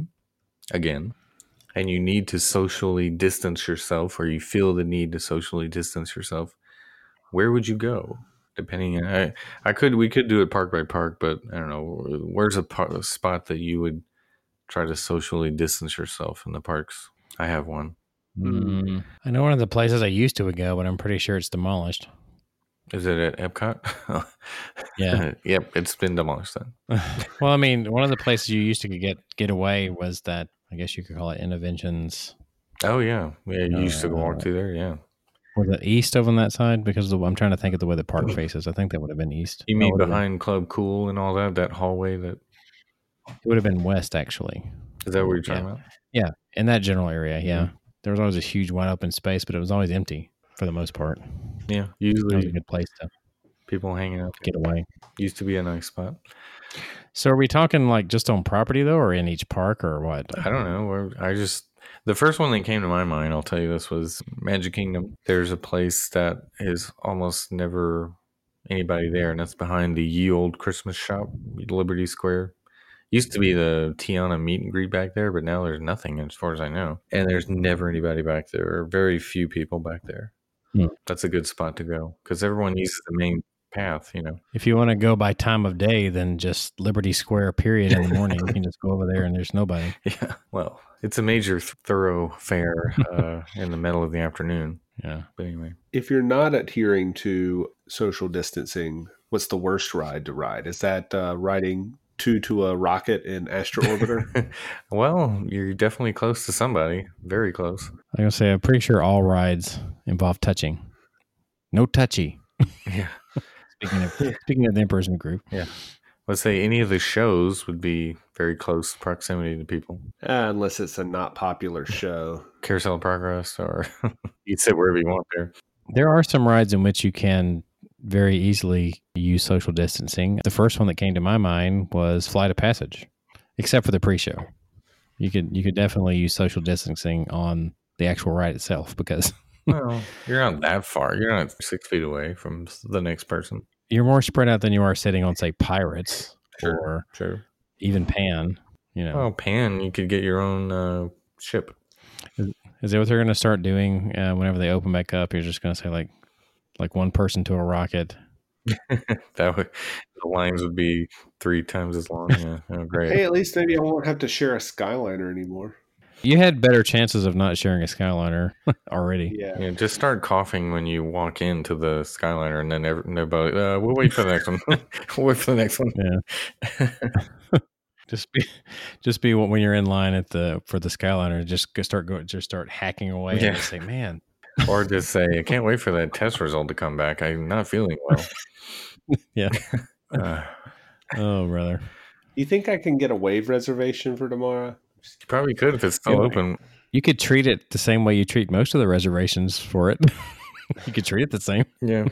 again, and you need to socially distance yourself, or you feel the need to socially distance yourself, where would you go? Depending, on, I I could we could do it park by park, but I don't know. Where's a, par- a spot that you would try to socially distance yourself in the parks? I have one.
Mm. I know one of the places I used to would go, but I'm pretty sure it's demolished.
Is it at Epcot?
Yeah.
yep, it's been demolished. Then
well, I mean, one of the places you used to get get away was that I guess you could call it interventions.
Oh yeah, yeah. You used to go walk
Uh,
through there. Yeah.
Was it east over on that side? Because of the, I'm trying to think of the way the park faces. I think that would have been east.
Mm. You
No,
mean
it would have been-
behind Club Cool and all that? That hallway that
It would have been west, actually,
is that what you're talking about?
in that general area.
Mm.
Yeah, there was always a huge wide open space, but it was always empty for the most part. That
Yeah.
was a
Usually
good place to
people hanging out
get away.
used to be a nice spot.
So, are we talking like just on property though, or in each park, or what?
I don't know. Where I just the first one that came to my mind, I'll tell you this was Magic Kingdom. There's a place that is almost never anybody there, and that's behind the Ye Old Christmas Shop, Liberty Square. Used to be the Tiana meet and greet back there, but now there's nothing as far as I know. And there's never anybody back there, or very few people back there.
Hmm.
That's a good spot to go because everyone uses the main path, you know.
If you want to go by time of day, then just Liberty Square period in the morning. you can just go over there and there's nobody.
Yeah. Well, it's a major thoroughfare uh, in the middle of the afternoon.
Yeah.
But anyway.
If you're not adhering to social distancing, what's the worst ride to ride? Is that uh, riding two to a rocket in Astro Orbiter?
well, you're definitely close to somebody. Very close.
Like I was say, I'm pretty sure all rides involve touching. No touchy.
Yeah.
Speaking of speaking of the Emperor's New Group.
Let's say any of the shows would be very close proximity to people.
Uh, unless it's a not popular show.
Carousel of Progress, or you sit wherever you want there.
There are some rides in which you can very easily use social distancing. The first one that came to my mind was Flight of Passage, except for the pre-show. You could you could definitely use social distancing on the actual ride itself because
Well, you're not that far. You're not six feet away from the next person.
you're more spread out than you are sitting on say Pirates
Sure.
or
True.
even Pan. You know,
Well, Oh, Pan, you could get your own uh, ship.
Is that what they're going to start doing uh, whenever they open back up? You're just going to say like, like one person to a rocket.
That would the lines would be three times as long. Yeah. Oh,
Hey,
great.
at least maybe I won't have to share a Skyliner anymore.
You had better chances of not sharing a Skyliner already.
Yeah.
Yeah, just start coughing when you walk into the Skyliner, and then every, nobody. Uh, we'll wait for the next one. we'll wait for the next one.
Just be, just be when you're in line at the for the Skyliner, just go start go just start hacking away
Yeah.
and just say, man,
or just say, I can't wait for that test result to come back. I'm not feeling well.
Yeah.
Uh,
oh brother,
You think I can get a wave reservation for tomorrow?
You probably could if it's still
Yeah.
open.
You could treat it the same way you treat most of the reservations for it. you could treat it the same.
Yeah.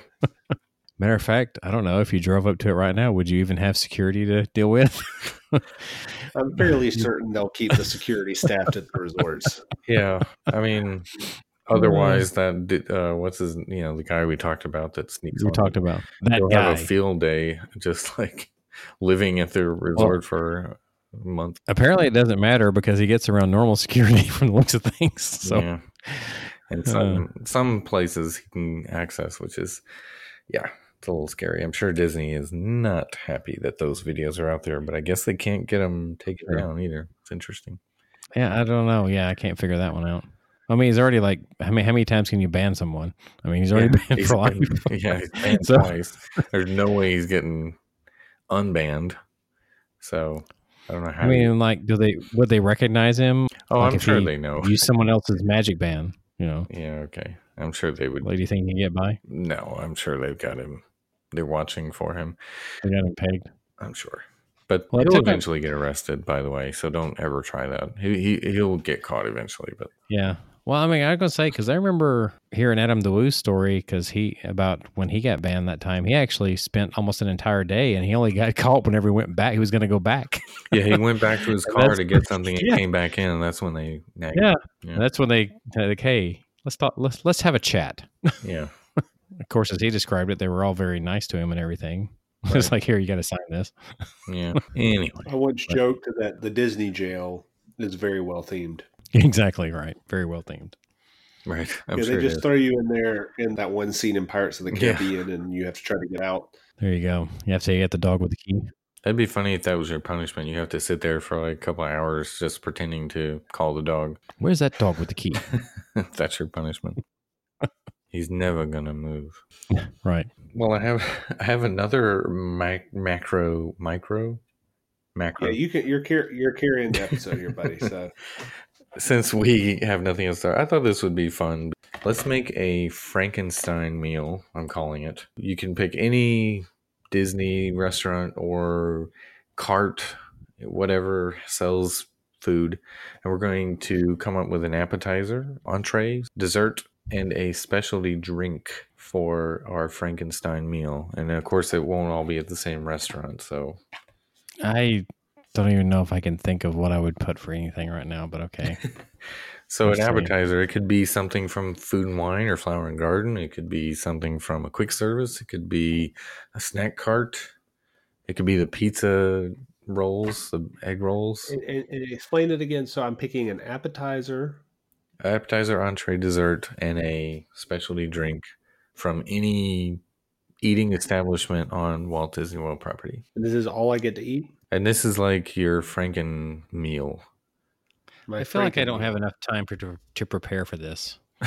Matter of fact, I don't know if you drove up to it right now, would you even have security to deal with?
I'm fairly certain they'll keep the security staffed at the resorts.
Yeah. I mean, otherwise, that, did- uh, what's his, you know, the guy we talked about that sneaks
we
on.
talked about that
You'll
guy.
have a field day just like living at the resort for a month.
Apparently, it doesn't matter because he gets around normal security from the looks of things. So
yeah. And
Uh.
some some places he can access, which is yeah, it's a little scary. I'm sure Disney is not happy that those videos are out there, but I guess they can't get them taken
Sure.
down either. It's interesting.
Yeah, I don't know. Yeah, I can't figure that one out. I mean, he's already like, I mean, how many times can you ban someone? I mean, he's already banned
He's
for life.
been- yeah, he's banned
So-
twice. There's no way he's getting unbanned. So I don't know how.
I
you-
mean, like, do they would they recognize him?
oh,
like
I'm
if
sure
he-
they know.
Use someone else's magic ban? You know,
Yeah, okay. I'm sure they would.
like, do you think he can get by?
No, I'm sure they've got him. They're watching for him.
They got him pegged.
I'm sure. But
Well, it
he'll
took a-
eventually get arrested, by the way. So don't ever try that. He, he he'll get caught eventually. But
Yeah. Well, I mean, I was gonna say because I remember hearing Adam DeWoo's story because he about when he got banned that time, he actually spent almost an entire day, and he only got caught whenever he went back. He was gonna go back.
yeah, he went back to his
And
car
that's-
to get something and
yeah.
came back in. And that's when they nagged.
Yeah.
Yeah.
And that's when they they're like, hey, let's talk, let's let's have a chat.
yeah.
of course, as he described it, they were all very nice to him and everything.
Right.
it's like, here, you got to sign this.
Yeah. Anyway.
I once joked that the Disney jail is very well themed.
exactly right. Very well themed.
Right. I'm
Yeah,
sure
they
it is.
just throw you in there in that one scene in Pirates of the
Yeah.
Caribbean, and you have to try to get out.
There you go. You have to say you got the dog with the key.
That'd be funny if that was your punishment. You have to sit there for like a couple of hours just pretending to call the dog.
Where's that dog with the key?
that's your punishment. He's never gonna move.
right.
Well, I have I have another mac- macro micro macro.
Yeah, you can. You're car- you're carrying the episode here, buddy. So
Since we have nothing else there, I thought this would be fun. Let's make a Frankenstein meal. I'm calling it. You can pick any Disney restaurant or cart, whatever sells food, and we're going to come up with an appetizer, entree, dessert, and a specialty drink for our Frankenstein meal. And of course, it won't all be at the same restaurant, so
I don't even know if I can think of what I would put for anything right now, but okay.
So an
Let's see.
appetizer, it could be something from Food and Wine or Flower and Garden. It could be something from a quick service. It could be a snack cart. It could be the pizza rolls, the egg rolls,
and, and, and explain it again. So I'm picking an appetizer.
appetizer, entree, dessert, and a specialty drink from any eating establishment on Walt Disney World property.
And this is all I get to eat.
And this is like your Franken meal.
My
I feel like I
Franken-
don't have enough time to, to prepare for this.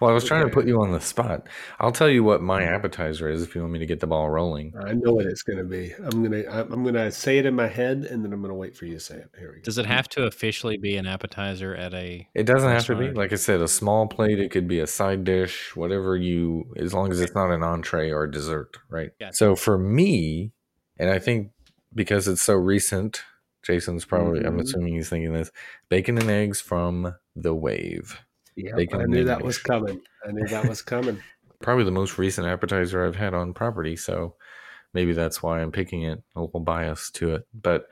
well, I was trying to
Okay.
put you on the spot. I'll tell you what my appetizer is if you want me to get the ball rolling.
I know what it's going to be. I'm gonna I'm I'm gonna say it in my head, and then I'm gonna wait for you to say it. Here we go.
Does it have to officially be an appetizer at a.
It doesn't have to be.
Restaurant.
Like I said, a small plate. It could be a side dish, whatever you, as long as it's not an entree or a dessert, right?
Gotcha.
So for me, and I think because it's so recent, Jason's probably, I'm
Mhm.
assuming he's thinking this bacon and eggs from The Wave.
Yeah,
Bacon
I
and
knew
egg
that was
dish.
coming. I knew that was coming.
Probably the most recent appetizer I've had on property. So maybe that's why I'm picking it, a little bias to it. But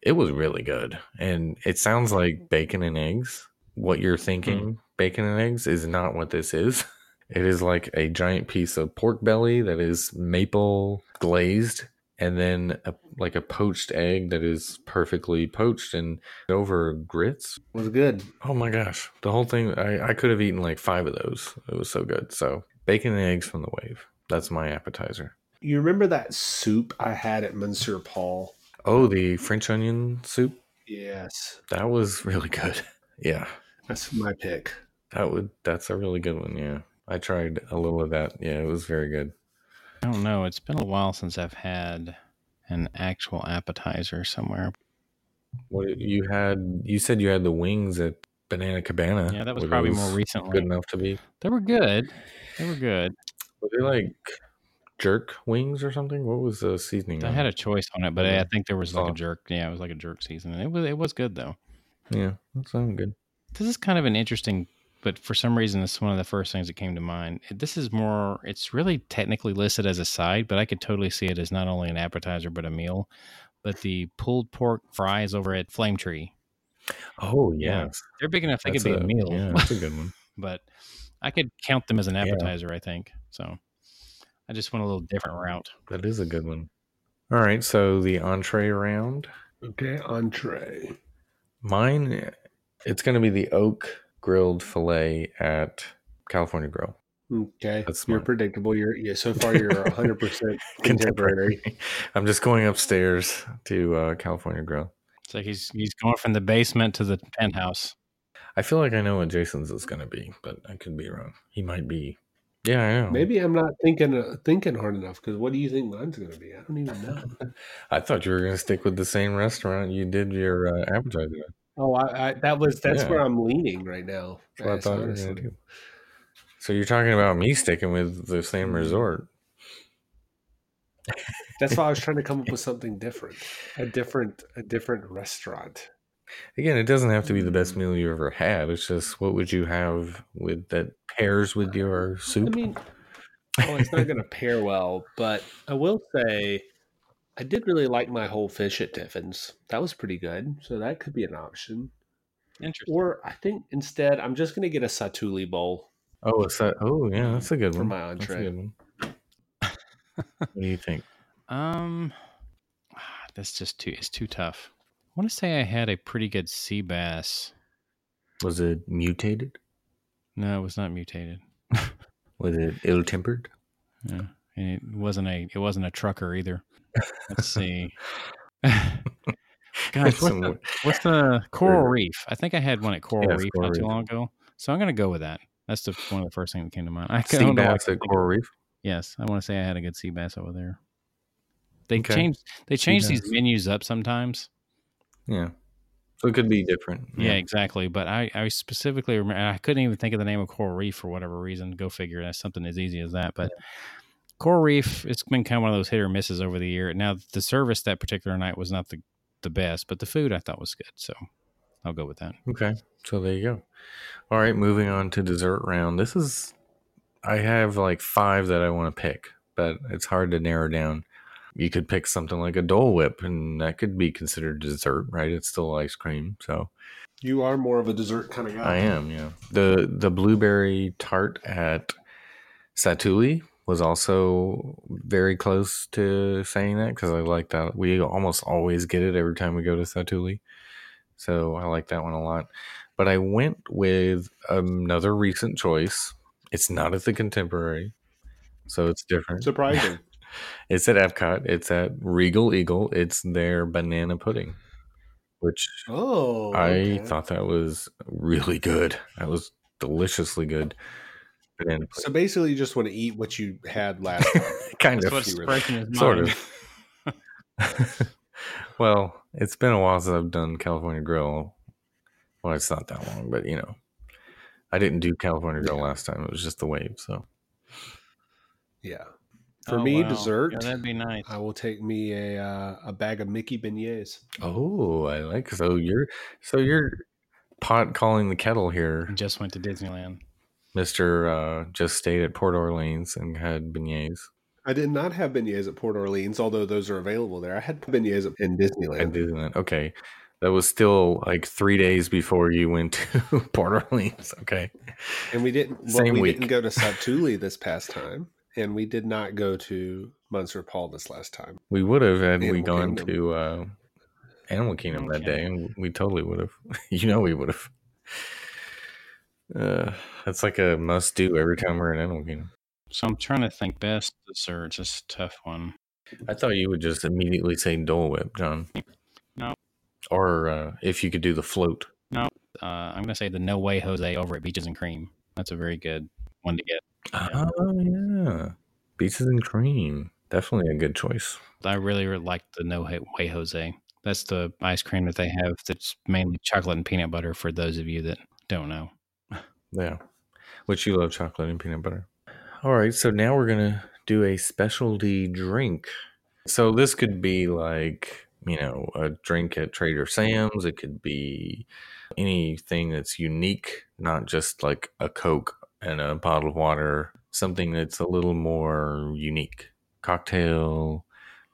it was really good. And it sounds like bacon and eggs. What you're thinking, bacon and eggs, is not what this is. It is like a giant piece of pork belly that is maple glazed, and then a, like a poached egg that is perfectly poached and over grits.
was good.
Oh my gosh. The whole thing, I, I could have eaten like five of those. It was so good. So, bacon and eggs from the wave. That's my appetizer.
You remember that soup I had at Monsieur Paul?
Oh, the French onion soup.
Yes,
That was really good. Yeah.
that's my pick.
That would that's a really good one, yeah. I tried a little of that. Yeah, it was very good.
I don't know. It's been a while since I've had an actual appetizer somewhere.
What you had you said you had the wings at Banana Cabana.
Yeah, that was
Were
probably
those
more recently.
Good enough to be.
They were good. They were good.
Were they like jerk wings or something? What was the seasoning?
I
on
had
it?
a choice on it, but I I think there was like
Oh.
a jerk. Yeah, it was like a jerk season, and it was it was good though.
Yeah, that sounds good.
This is kind of an interesting, but for some reason, this is one of the first things that came to mind. This is more, it's really technically listed as a side, but I could totally see it as not only an appetizer, but a meal. But the pulled pork fries over at Flame Tree,
Oh
Yeah.
yes,
they're big enough they
That's
could be a, meal,
Yeah, that's a good one.
but I could count them as an
Yeah.
appetizer, I think. So I just went a little
Mm.
different route.
That is a good one. All right, so the entree round.
Okay, entree.
Mine, it's going to be the oak grilled fillet at California Grill.
Okay,
That's
you're
mine.
predictable. You're yeah. So far, you're 100 percent contemporary.
I'm just going upstairs to uh, California Grill.
It's like he's he's going from the basement to the penthouse.
I feel like I know what Jason's is going to be, but I could be wrong. He might be. Yeah, I know.
Maybe I'm not thinking uh, thinking hard enough. Because what do you think mine's going to be? I don't even know.
I thought you were going to stick with the same restaurant you did your uh, appetizer.
Oh, I, I that was that's
Yeah.
where I'm leaning right now.
That's what I
guys,
thought you were
honestly.
going to do. So you're talking about me sticking with the same resort.
That's why I was trying to come up with something different, a different a different restaurant.
Again, it doesn't have to be the best
Mm.
meal you ever had. It's just what would you have with that pairs with your soup?
I mean, oh, it's not going to pair well, but I will say I did really like my whole fish at Tiffin's. That was pretty good, so that could be an option.
Interesting.
Or I think instead I'm just going to get a satouille bowl
oh, it's that, oh yeah, that's a good
Mm, for
one.
my
That's a
entree.
good one. what do you think?
Um, ah, that's just too. It's too tough. I want to say I had a pretty good sea bass.
Was it mutated?
No, it was not mutated.
Was it ill tempered?
Yeah. And it wasn't a. It wasn't a trucker either. Let's see. God, what's, the, what's the coral reef? I think I had one at coral
Yes,
reef
Coral
not too
Reef.
long ago. So I'm gonna go with that. That's the one of the first things that came to mind. I
sea
don't know why I
bass
couldn't
at
think of-
Coral Reef?
Yes, I want to say I had a good sea bass over there. They
Okay.
changed. They change these
bass.
menus up sometimes.
Yeah. So it could be different.
Yeah, exactly. But I, I specifically remember, I couldn't even think of the name of Coral Reef for whatever reason. Go figure. That's something as easy as that. But Coral Reef, it's been kind of one of those hit or misses over the year. Now, the service that particular night was not the, the best, but the food I thought was good. So I'll go with that.
Okay. So there you go. All right. Moving on to dessert round. This is, I have like five that I want to pick, but it's hard to narrow down. You could pick something like a Dole Whip, and that could be considered dessert, right? It's still ice cream. So
You are more of a dessert kind of guy.
I am, yeah. The the blueberry tart at Satuli was also very close to saying that because I like that. We almost always get it every time we go to Satuli. So I like that one a lot. But I went with another recent choice. It's not at the contemporary. So it's different.
Surprising.
It's at Epcot. It's at Regal Eagle. It's their banana pudding, which
oh,
I
okay.
thought that was really good. That was deliciously good. Banana
So basically, you just want to eat what you had last time.
pudding. kind
That's
of.
what's
you were-
breaking his
sort
mind.
well, it's been a while since I've done California Grill. Well, it's not that long, but you know, I didn't do California Grill last time. It was just the wave. So
Yeah. For
Oh,
me,
wow.
dessert,
Yeah, that'd be nice.
I will take me a uh, a bag of Mickey beignets.
oh, I like so you're so you're pot calling the kettle here,
Just went to Disneyland.
Mister. Uh, just stayed at Port Orleans and had beignets
I did not have beignets at Port Orleans, although those are available there. I had beignets in
at
Disneyland.
Disneyland. Okay, that was still like three days before you went to Port Orleans. Okay.
And we didn't well,
Same
we
week.
didn't go to Satuli this past time, and we did not go to Munster Paul this last time.
We would have had we
Animal
gone
Kingdom.
to uh, Animal Kingdom
Animal
that day, and we totally would have. you know, we would have. Uh, that's like a must do every time we're in Animal Kingdom.
So I'm trying to think best desserts. It's a tough one.
I thought you would just immediately say Dole Whip, John.
No.
Or uh, if you could do the float.
Uh, I'm going to say the No Way Jose over at Beaches and Cream. That's a very good one to get.
Oh yeah, beaches and cream. Definitely a good choice.
I really, really like the No Ho- Way Jose. That's the ice cream that they have that's mainly chocolate and peanut butter for those of you that don't know.
Yeah. Which you love chocolate and peanut butter. All right. So now we're going to do a specialty drink. So this could be like you know, a drink at Trader Sam's. It could be anything that's unique, not just like a Coke and a bottle of water, something that's a little more unique. Cocktail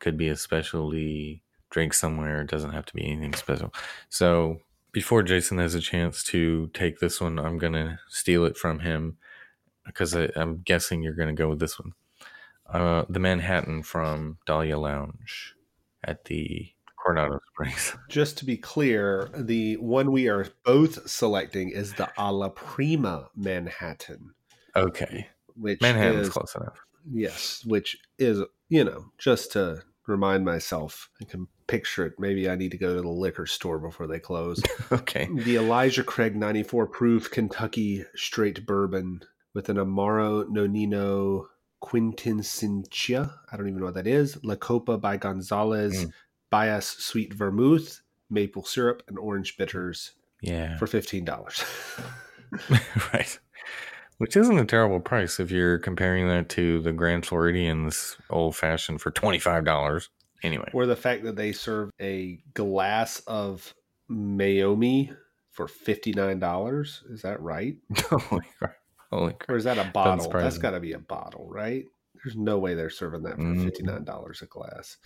could be a specialty drink somewhere. It doesn't have to be anything special. So before Jason has a chance to take this one, I'm going to steal it from him because I, I'm guessing you're going to go with this one. Uh, the Manhattan from Dahlia Lounge at the Coronado Springs.
Just to be clear, the one we are both selecting is the a la prima Manhattan,
Okay.
which
Manhattan's
is
close enough.
yes, which is you know just to remind myself I can picture it. Maybe I need to go to the liquor store before they close.
Okay.
the Elijah Craig 94 proof Kentucky straight bourbon with an Amaro Nonino Quintincinchia. I don't even know what that is. La Copa by Gonzalez,
Mm.
Bias sweet vermouth, maple syrup, and orange bitters
Yeah.
for fifteen dollars.
right. Which isn't a terrible price if you're comparing that to the Grand Floridian's old fashioned for $25. Anyway.
or the fact that they serve a glass of Mayomi for fifty nine dollars. Is that right?
Holy crap. Holy crap.
Or is that a bottle?
surprise
That's
me.
got to be a bottle, right? There's no way they're serving that for
Mhm.
fifty-nine dollars a glass.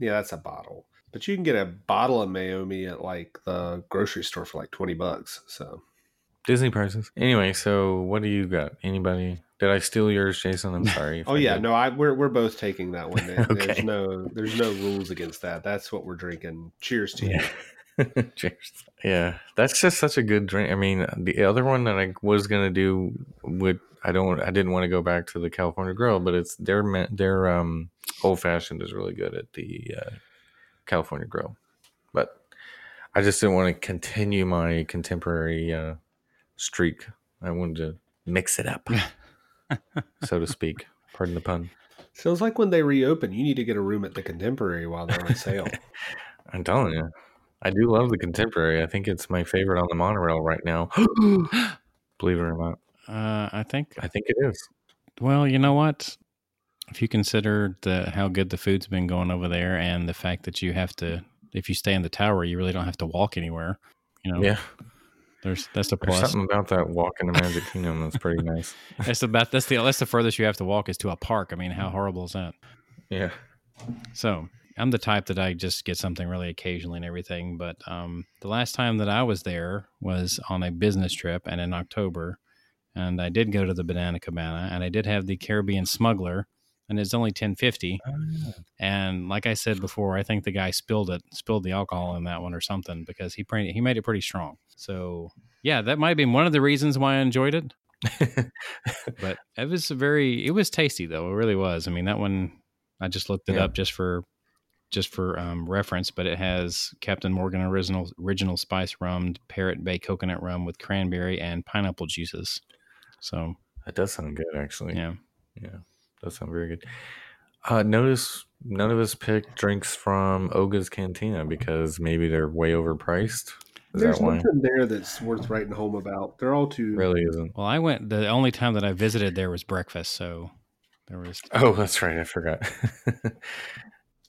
Yeah, that's a bottle. But you can get a bottle of Mayomi at like the grocery store for like twenty bucks. So
Disney prices. Anyway, so what do you got? Anybody? Did I steal yours, Jason? I'm sorry. if
oh
I
yeah,
did.
no, I we're we're both taking that one. There-
Okay.
There's no there's no rules against that. That's what we're drinking. Cheers to you.
Yeah. Cheers. Yeah, that's just such a good drink. I mean, the other one that I was gonna do would I don't I didn't want to go back to the California Grill, but it's their ma- their um old fashioned is really good at the uh, California Grill, but I just didn't want to continue my contemporary uh, streak. I wanted to mix it up, so to speak. Pardon the pun.
Sounds like when they reopen, you need to get a room at the Contemporary while they're on sale.
I'm telling you, I do love the contemporary. I think it's my favorite on the monorail right now. Believe it or not,
Uh, I think.
I think it is.
Well, you know what? If you consider the how good the food's been going over there, and the fact that you have to, if you stay in the tower, you really don't have to walk anywhere. You know,
Yeah,
there's that's a
there's
plus.
something about that walk in the Magic Kingdom that's pretty nice.
That's about that's the that's the furthest you have to walk is to a park. I mean, how horrible is that?
Yeah,
So I'm the type that I just get something really occasionally and everything. But um, the last time that I was there was on a business trip and in October, and I did go to the Banana Cabana and I did have the Caribbean Smuggler, and it's only ten fifty.
Oh,
And like I said before, I think the guy spilled it, spilled the alcohol in that one or something because he pre- he made it pretty strong. So yeah, that might be one of the reasons why I enjoyed it. but it was a very it was tasty though it really was i mean that one i just looked it
Yeah.
up just for just for um, reference but it has captain morgan original original spice rum parrot bay coconut rum with cranberry and pineapple juices so
that does sound good actually.
yeah
yeah, does sound very good. Uh, notice none of us picked drinks from Oga's Cantina because maybe they're way overpriced. Is
there's
that why?
nothing there that's worth writing home about. They're all too
Really isn't.
well i went the only time that i visited there was breakfast so there was
Oh, that's right. I forgot.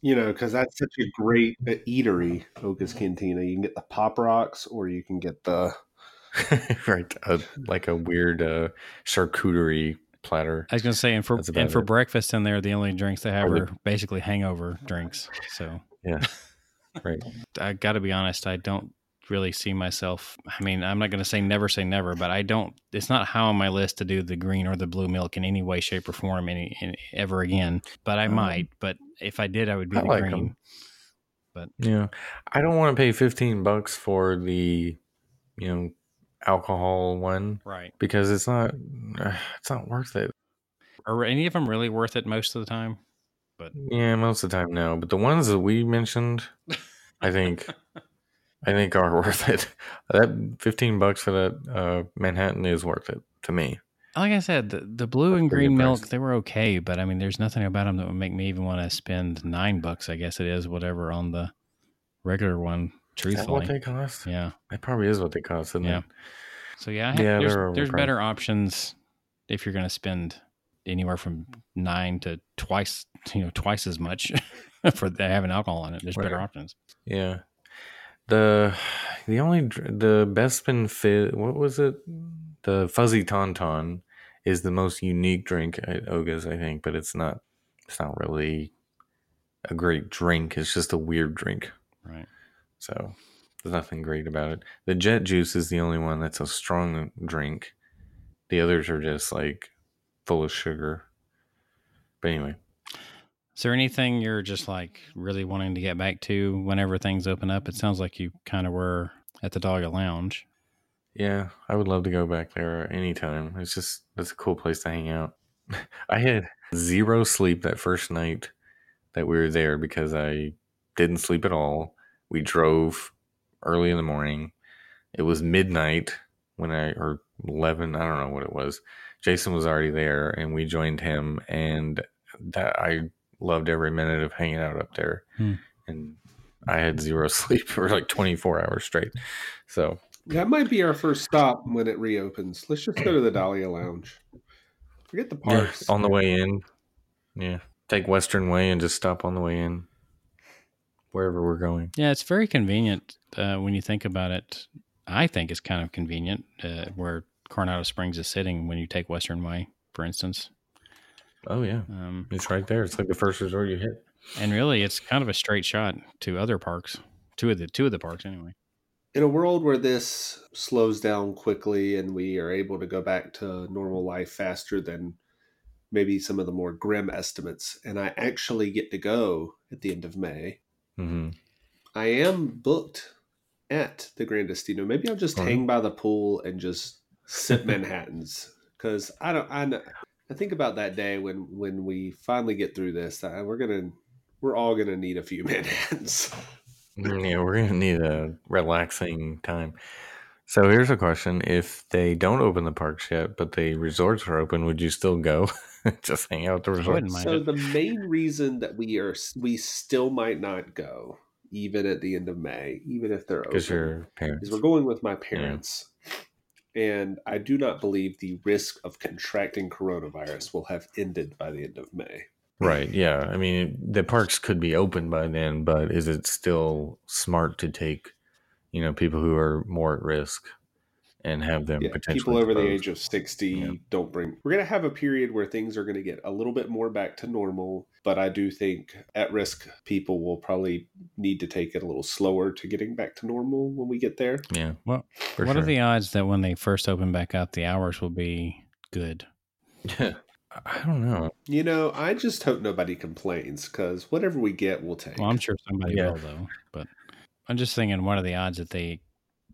you know, because that's such a great uh, eatery, Oga's Cantina. You can get the Pop Rocks or you can get the.
right, uh, like a weird uh, charcuterie platter.
i was going to say and for
That's about
and for
it.
breakfast in there the only drinks they have
Probably.
are basically hangover drinks so
Right.
I got to be honest, I don't really see myself. I mean, I'm not going to say never say never, but I don't. It's not high on my list to do the green or the blue milk in any way, shape, or form any, in, ever again. But I
Um,
might. But if I did, I would do
I
the
like
green.
'em. Yeah, I don't want to pay fifteen bucks for the, you know, alcohol one
Right.
because it's not, it's not worth it.
Are any of them really worth it most of the time?
Yeah, most of the time no, but the ones that we mentioned, I think, I think are worth it. That fifteen bucks for that uh, Manhattan is worth it to me.
Like I said, the, the blue
That's
and
pretty
green
good
milk
price.
they were okay, but I mean, there's nothing about them that would make me even want to spend nine bucks. I guess it is whatever on the regular one.
Is that what
Truthfully,
they cost?
yeah.
It probably is what they cost, isn't
Yeah.
it?
So yeah, I ha-
Yeah, they're
there's, there's
overpriced.
better options if you're going to spend anywhere from nine to twice, you know, twice as much. for the- having alcohol in it. There's better
Right.
options.
Yeah. The the only dr- the Bespin fit what was it? The fuzzy tauntaun is the most unique drink at Oga's, I think, but it's not it's not really a great drink. It's just a weird drink.
Right.
So there's nothing great about it. The jet juice is the only one that's a strong drink. The others are just like full of sugar. But anyway,
Is there anything you're just like really wanting to get back to whenever things open up? It sounds like you kind of were at the Dogger Lounge.
Yeah, I would love to go back there anytime. It's just that's a cool place to hang out. I had zero sleep that first night that we were there because I didn't sleep at all. We drove early in the morning. It was midnight when I or 11, I don't know what it was. Jason was already there and we joined him and that I loved every minute of hanging out up there.
Hmm.
And I had zero sleep for like 24 hours straight. So
That might be our first stop when it reopens. Let's just go to the Dahlia Lounge. Forget the
Yeah,
parks.
on the way in. Yeah. Take Western Way and just stop on the way in. Wherever we're going.
Yeah, it's very convenient uh, when you think about it. I think it's kind of convenient uh, where Coronado Springs is sitting when you take Western Way, for instance.
Oh yeah.
Um,
It's right there. It's like the first resort you hit.
and really, it's kind of a straight shot to other parks, two of the two of the parks anyway.
in a world where this slows down quickly and we are able to go back to normal life faster than maybe some of the more grim estimates, and I actually get to go at the end of May,
Mm-hmm.
I am booked at the Grandestino. Maybe I'll just
Alright.
hang by the pool and just sip Manhattans because I don't. I, kn- I think about that day when when we finally get through this. I, we're gonna we're all gonna need a few Manhattans.
Mm, Yeah, we're gonna need a relaxing time. So here's a question. If they don't open the parks yet, but the resorts are open, would you still go? just hang out at the
I wouldn't
resorts.
mind
So
it.
the main reason that we are we still might not go even at the end of May, even if they're
Because
open,
your parents.
is we're going with my parents. And I do not believe the risk of contracting coronavirus will have ended by the end of May.
Right. Yeah. I mean, the parks could be open by then, but is it still smart to take, you know, people who are more at risk and have them
Yeah,
potentially
people over the
exposed?
age of 60
Yeah.
don't bring. We're going to have a period where things are going to get a little bit more back to normal, but I do think at risk people will probably need to take it a little slower to getting back to normal when we get there.
Yeah.
Well,
for
what
sure.
are the odds that when they first open back up, the hours will be good?
Yeah. I don't know.
You know, I just hope nobody complains because whatever we get, we'll take.
Well, I'm sure somebody
Yeah.
will though. But I'm just thinking, what are the odds that they,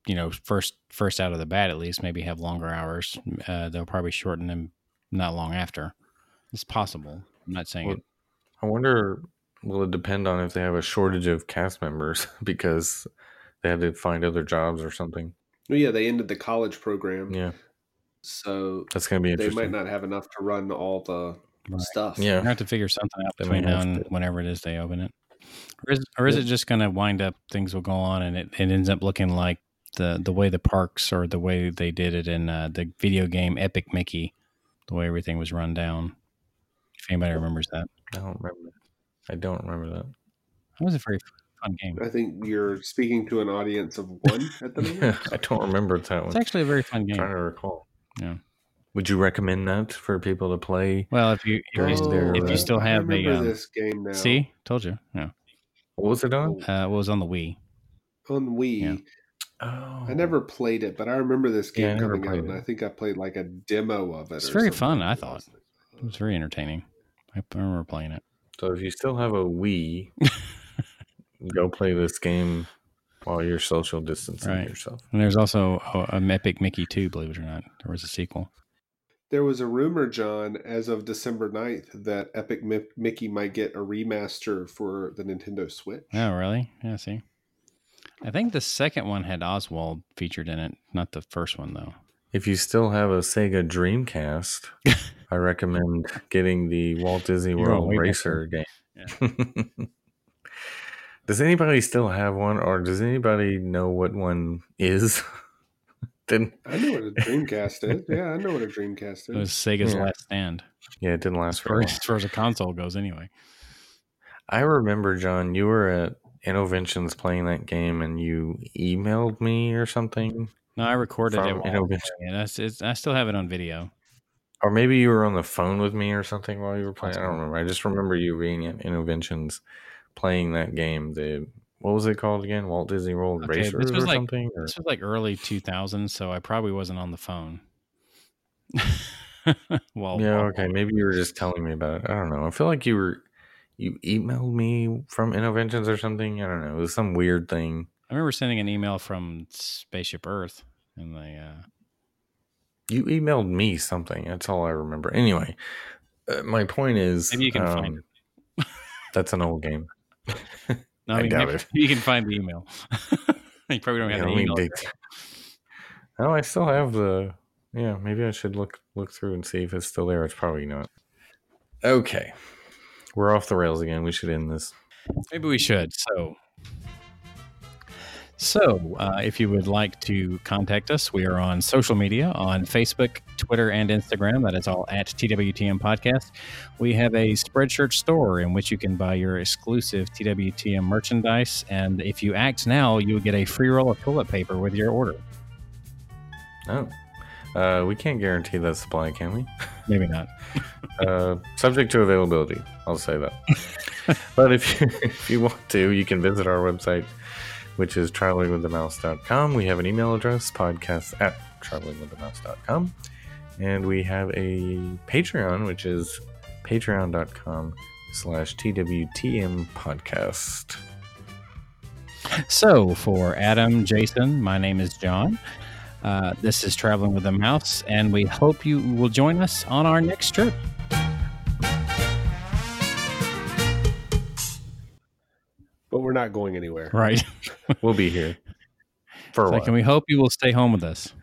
you know, first first out of the bat at least, maybe have longer hours? Uh, they'll probably shorten them not long after. It's possible. I'm not saying
Well,
it.
I wonder will it depend on if they have a shortage of cast members because they had to find other jobs or something.
Well, yeah, they ended the college program,
Yeah.
so
That's going to be
they might
interesting.
not have enough to run all the
Right.
stuff.
You're
Yeah.
gonna have to figure something out
They might
between now
have
and
to.
whenever it is they open it. Or is, or is it just going to wind up? Things will go on, and it, it ends up looking like the the way the parks or the way they did it in uh, the video game Epic Mickey, the way everything was run down. If anybody remembers that,
I don't remember. I don't remember that.
it was a very fun game.
I think you're speaking to an audience of one at the moment.
I don't remember that one.
It's actually a very fun
I'm trying
game.
to recall.
Yeah.
Would you recommend that for people to play?
Well, if you if you,
Oh,
st- if you
right.
still
I
have the
remember
um,
this game now.
see, told you, yeah.
What was it on?
Uh, what was on the Wii?
on Wii.
Yeah.
Oh,
I never played it, but I remember this
Yeah, I
game
never
coming out,
played
and
it.
I think I played like a demo of it.
It's
or
very
something.
fun, I thought. It was very entertaining. I remember playing it.
So if you still have a Wii, go play this game while you're social distancing
Right.
yourself.
And there's also a, um, Epic Mickey 2, believe it or not. There was a sequel.
There was a rumor, John, as of December 9th, that Epic Mi- Mickey might get a remaster for the Nintendo Switch.
Oh, really? Yeah, see. I think the second one had Oswald featured in it, not the first one though.
If you still have a Sega Dreamcast, I recommend getting the Walt Disney
You're on
World
way back
Racer game. does anybody still have one, or does anybody know what one is? didn't
I know what a Dreamcast is. Yeah, I know what a Dreamcast
It
is.
was Sega's
Yeah.
last stand.
yeah, it didn't last
As far
very long.
as, as far as a console goes anyway.
I remember, John, you were at Innovations playing that game and you emailed me or something.
No, I recorded
From
it. while I was
Innovations.
playing it. I, s- it's- I still have it on video.
Or maybe you were on the phone with me or something while you were playing. I
Possible.
don't remember. I just remember you being at Innovations playing that game. The what was it called again? Walt Disney World
Okay,
Racers
this was
or
like-
something? Or,
This was like early 2000s, so I probably wasn't on the phone. well,
yeah, okay. Maybe you were just telling me about it. I don't know. I feel like you were you emailed me from Innovations or something. I don't know. It was some weird thing.
I remember sending an email from Spaceship Earth, and they uh,
You emailed me something. That's all I remember. Anyway, uh, my point is
Maybe you can find
um, that's an old game.
no,
I
mean,
doubt
maybe
it.
You can find the email. you probably don't have
Yeah,
the
let me
email.
dig- No, I still have the. Yeah, maybe I should look look through and see if it's still there. It's probably not. Okay, we're off the rails again. We should end this.
Maybe we should. So, so uh, if you would like to contact us, we are on social media on Facebook, Twitter, and Instagram. That is all at TWTM Podcast. We have a Spreadshirt store in which you can buy your exclusive TWTM merchandise. And if you act now, you will get a free roll of toilet paper with your order.
Oh, uh, we can't guarantee that supply, can we?
Maybe not.
Uh, subject to availability. I'll say that. but if you, if you want to, you can visit our website, which is travelingwiththemouse.com. We have an email address, podcast at travelingwiththemouse.com. And we have a Patreon, which is patreon.com slash TWTM podcast.
So, for Adam, Jason, my name is John. Uh, this is Traveling with a Mouse, and we hope you will join us on our next trip.
But we're not going anywhere.
Right.
We'll be here for a
It's
while.
like, and we hope you will stay home with us.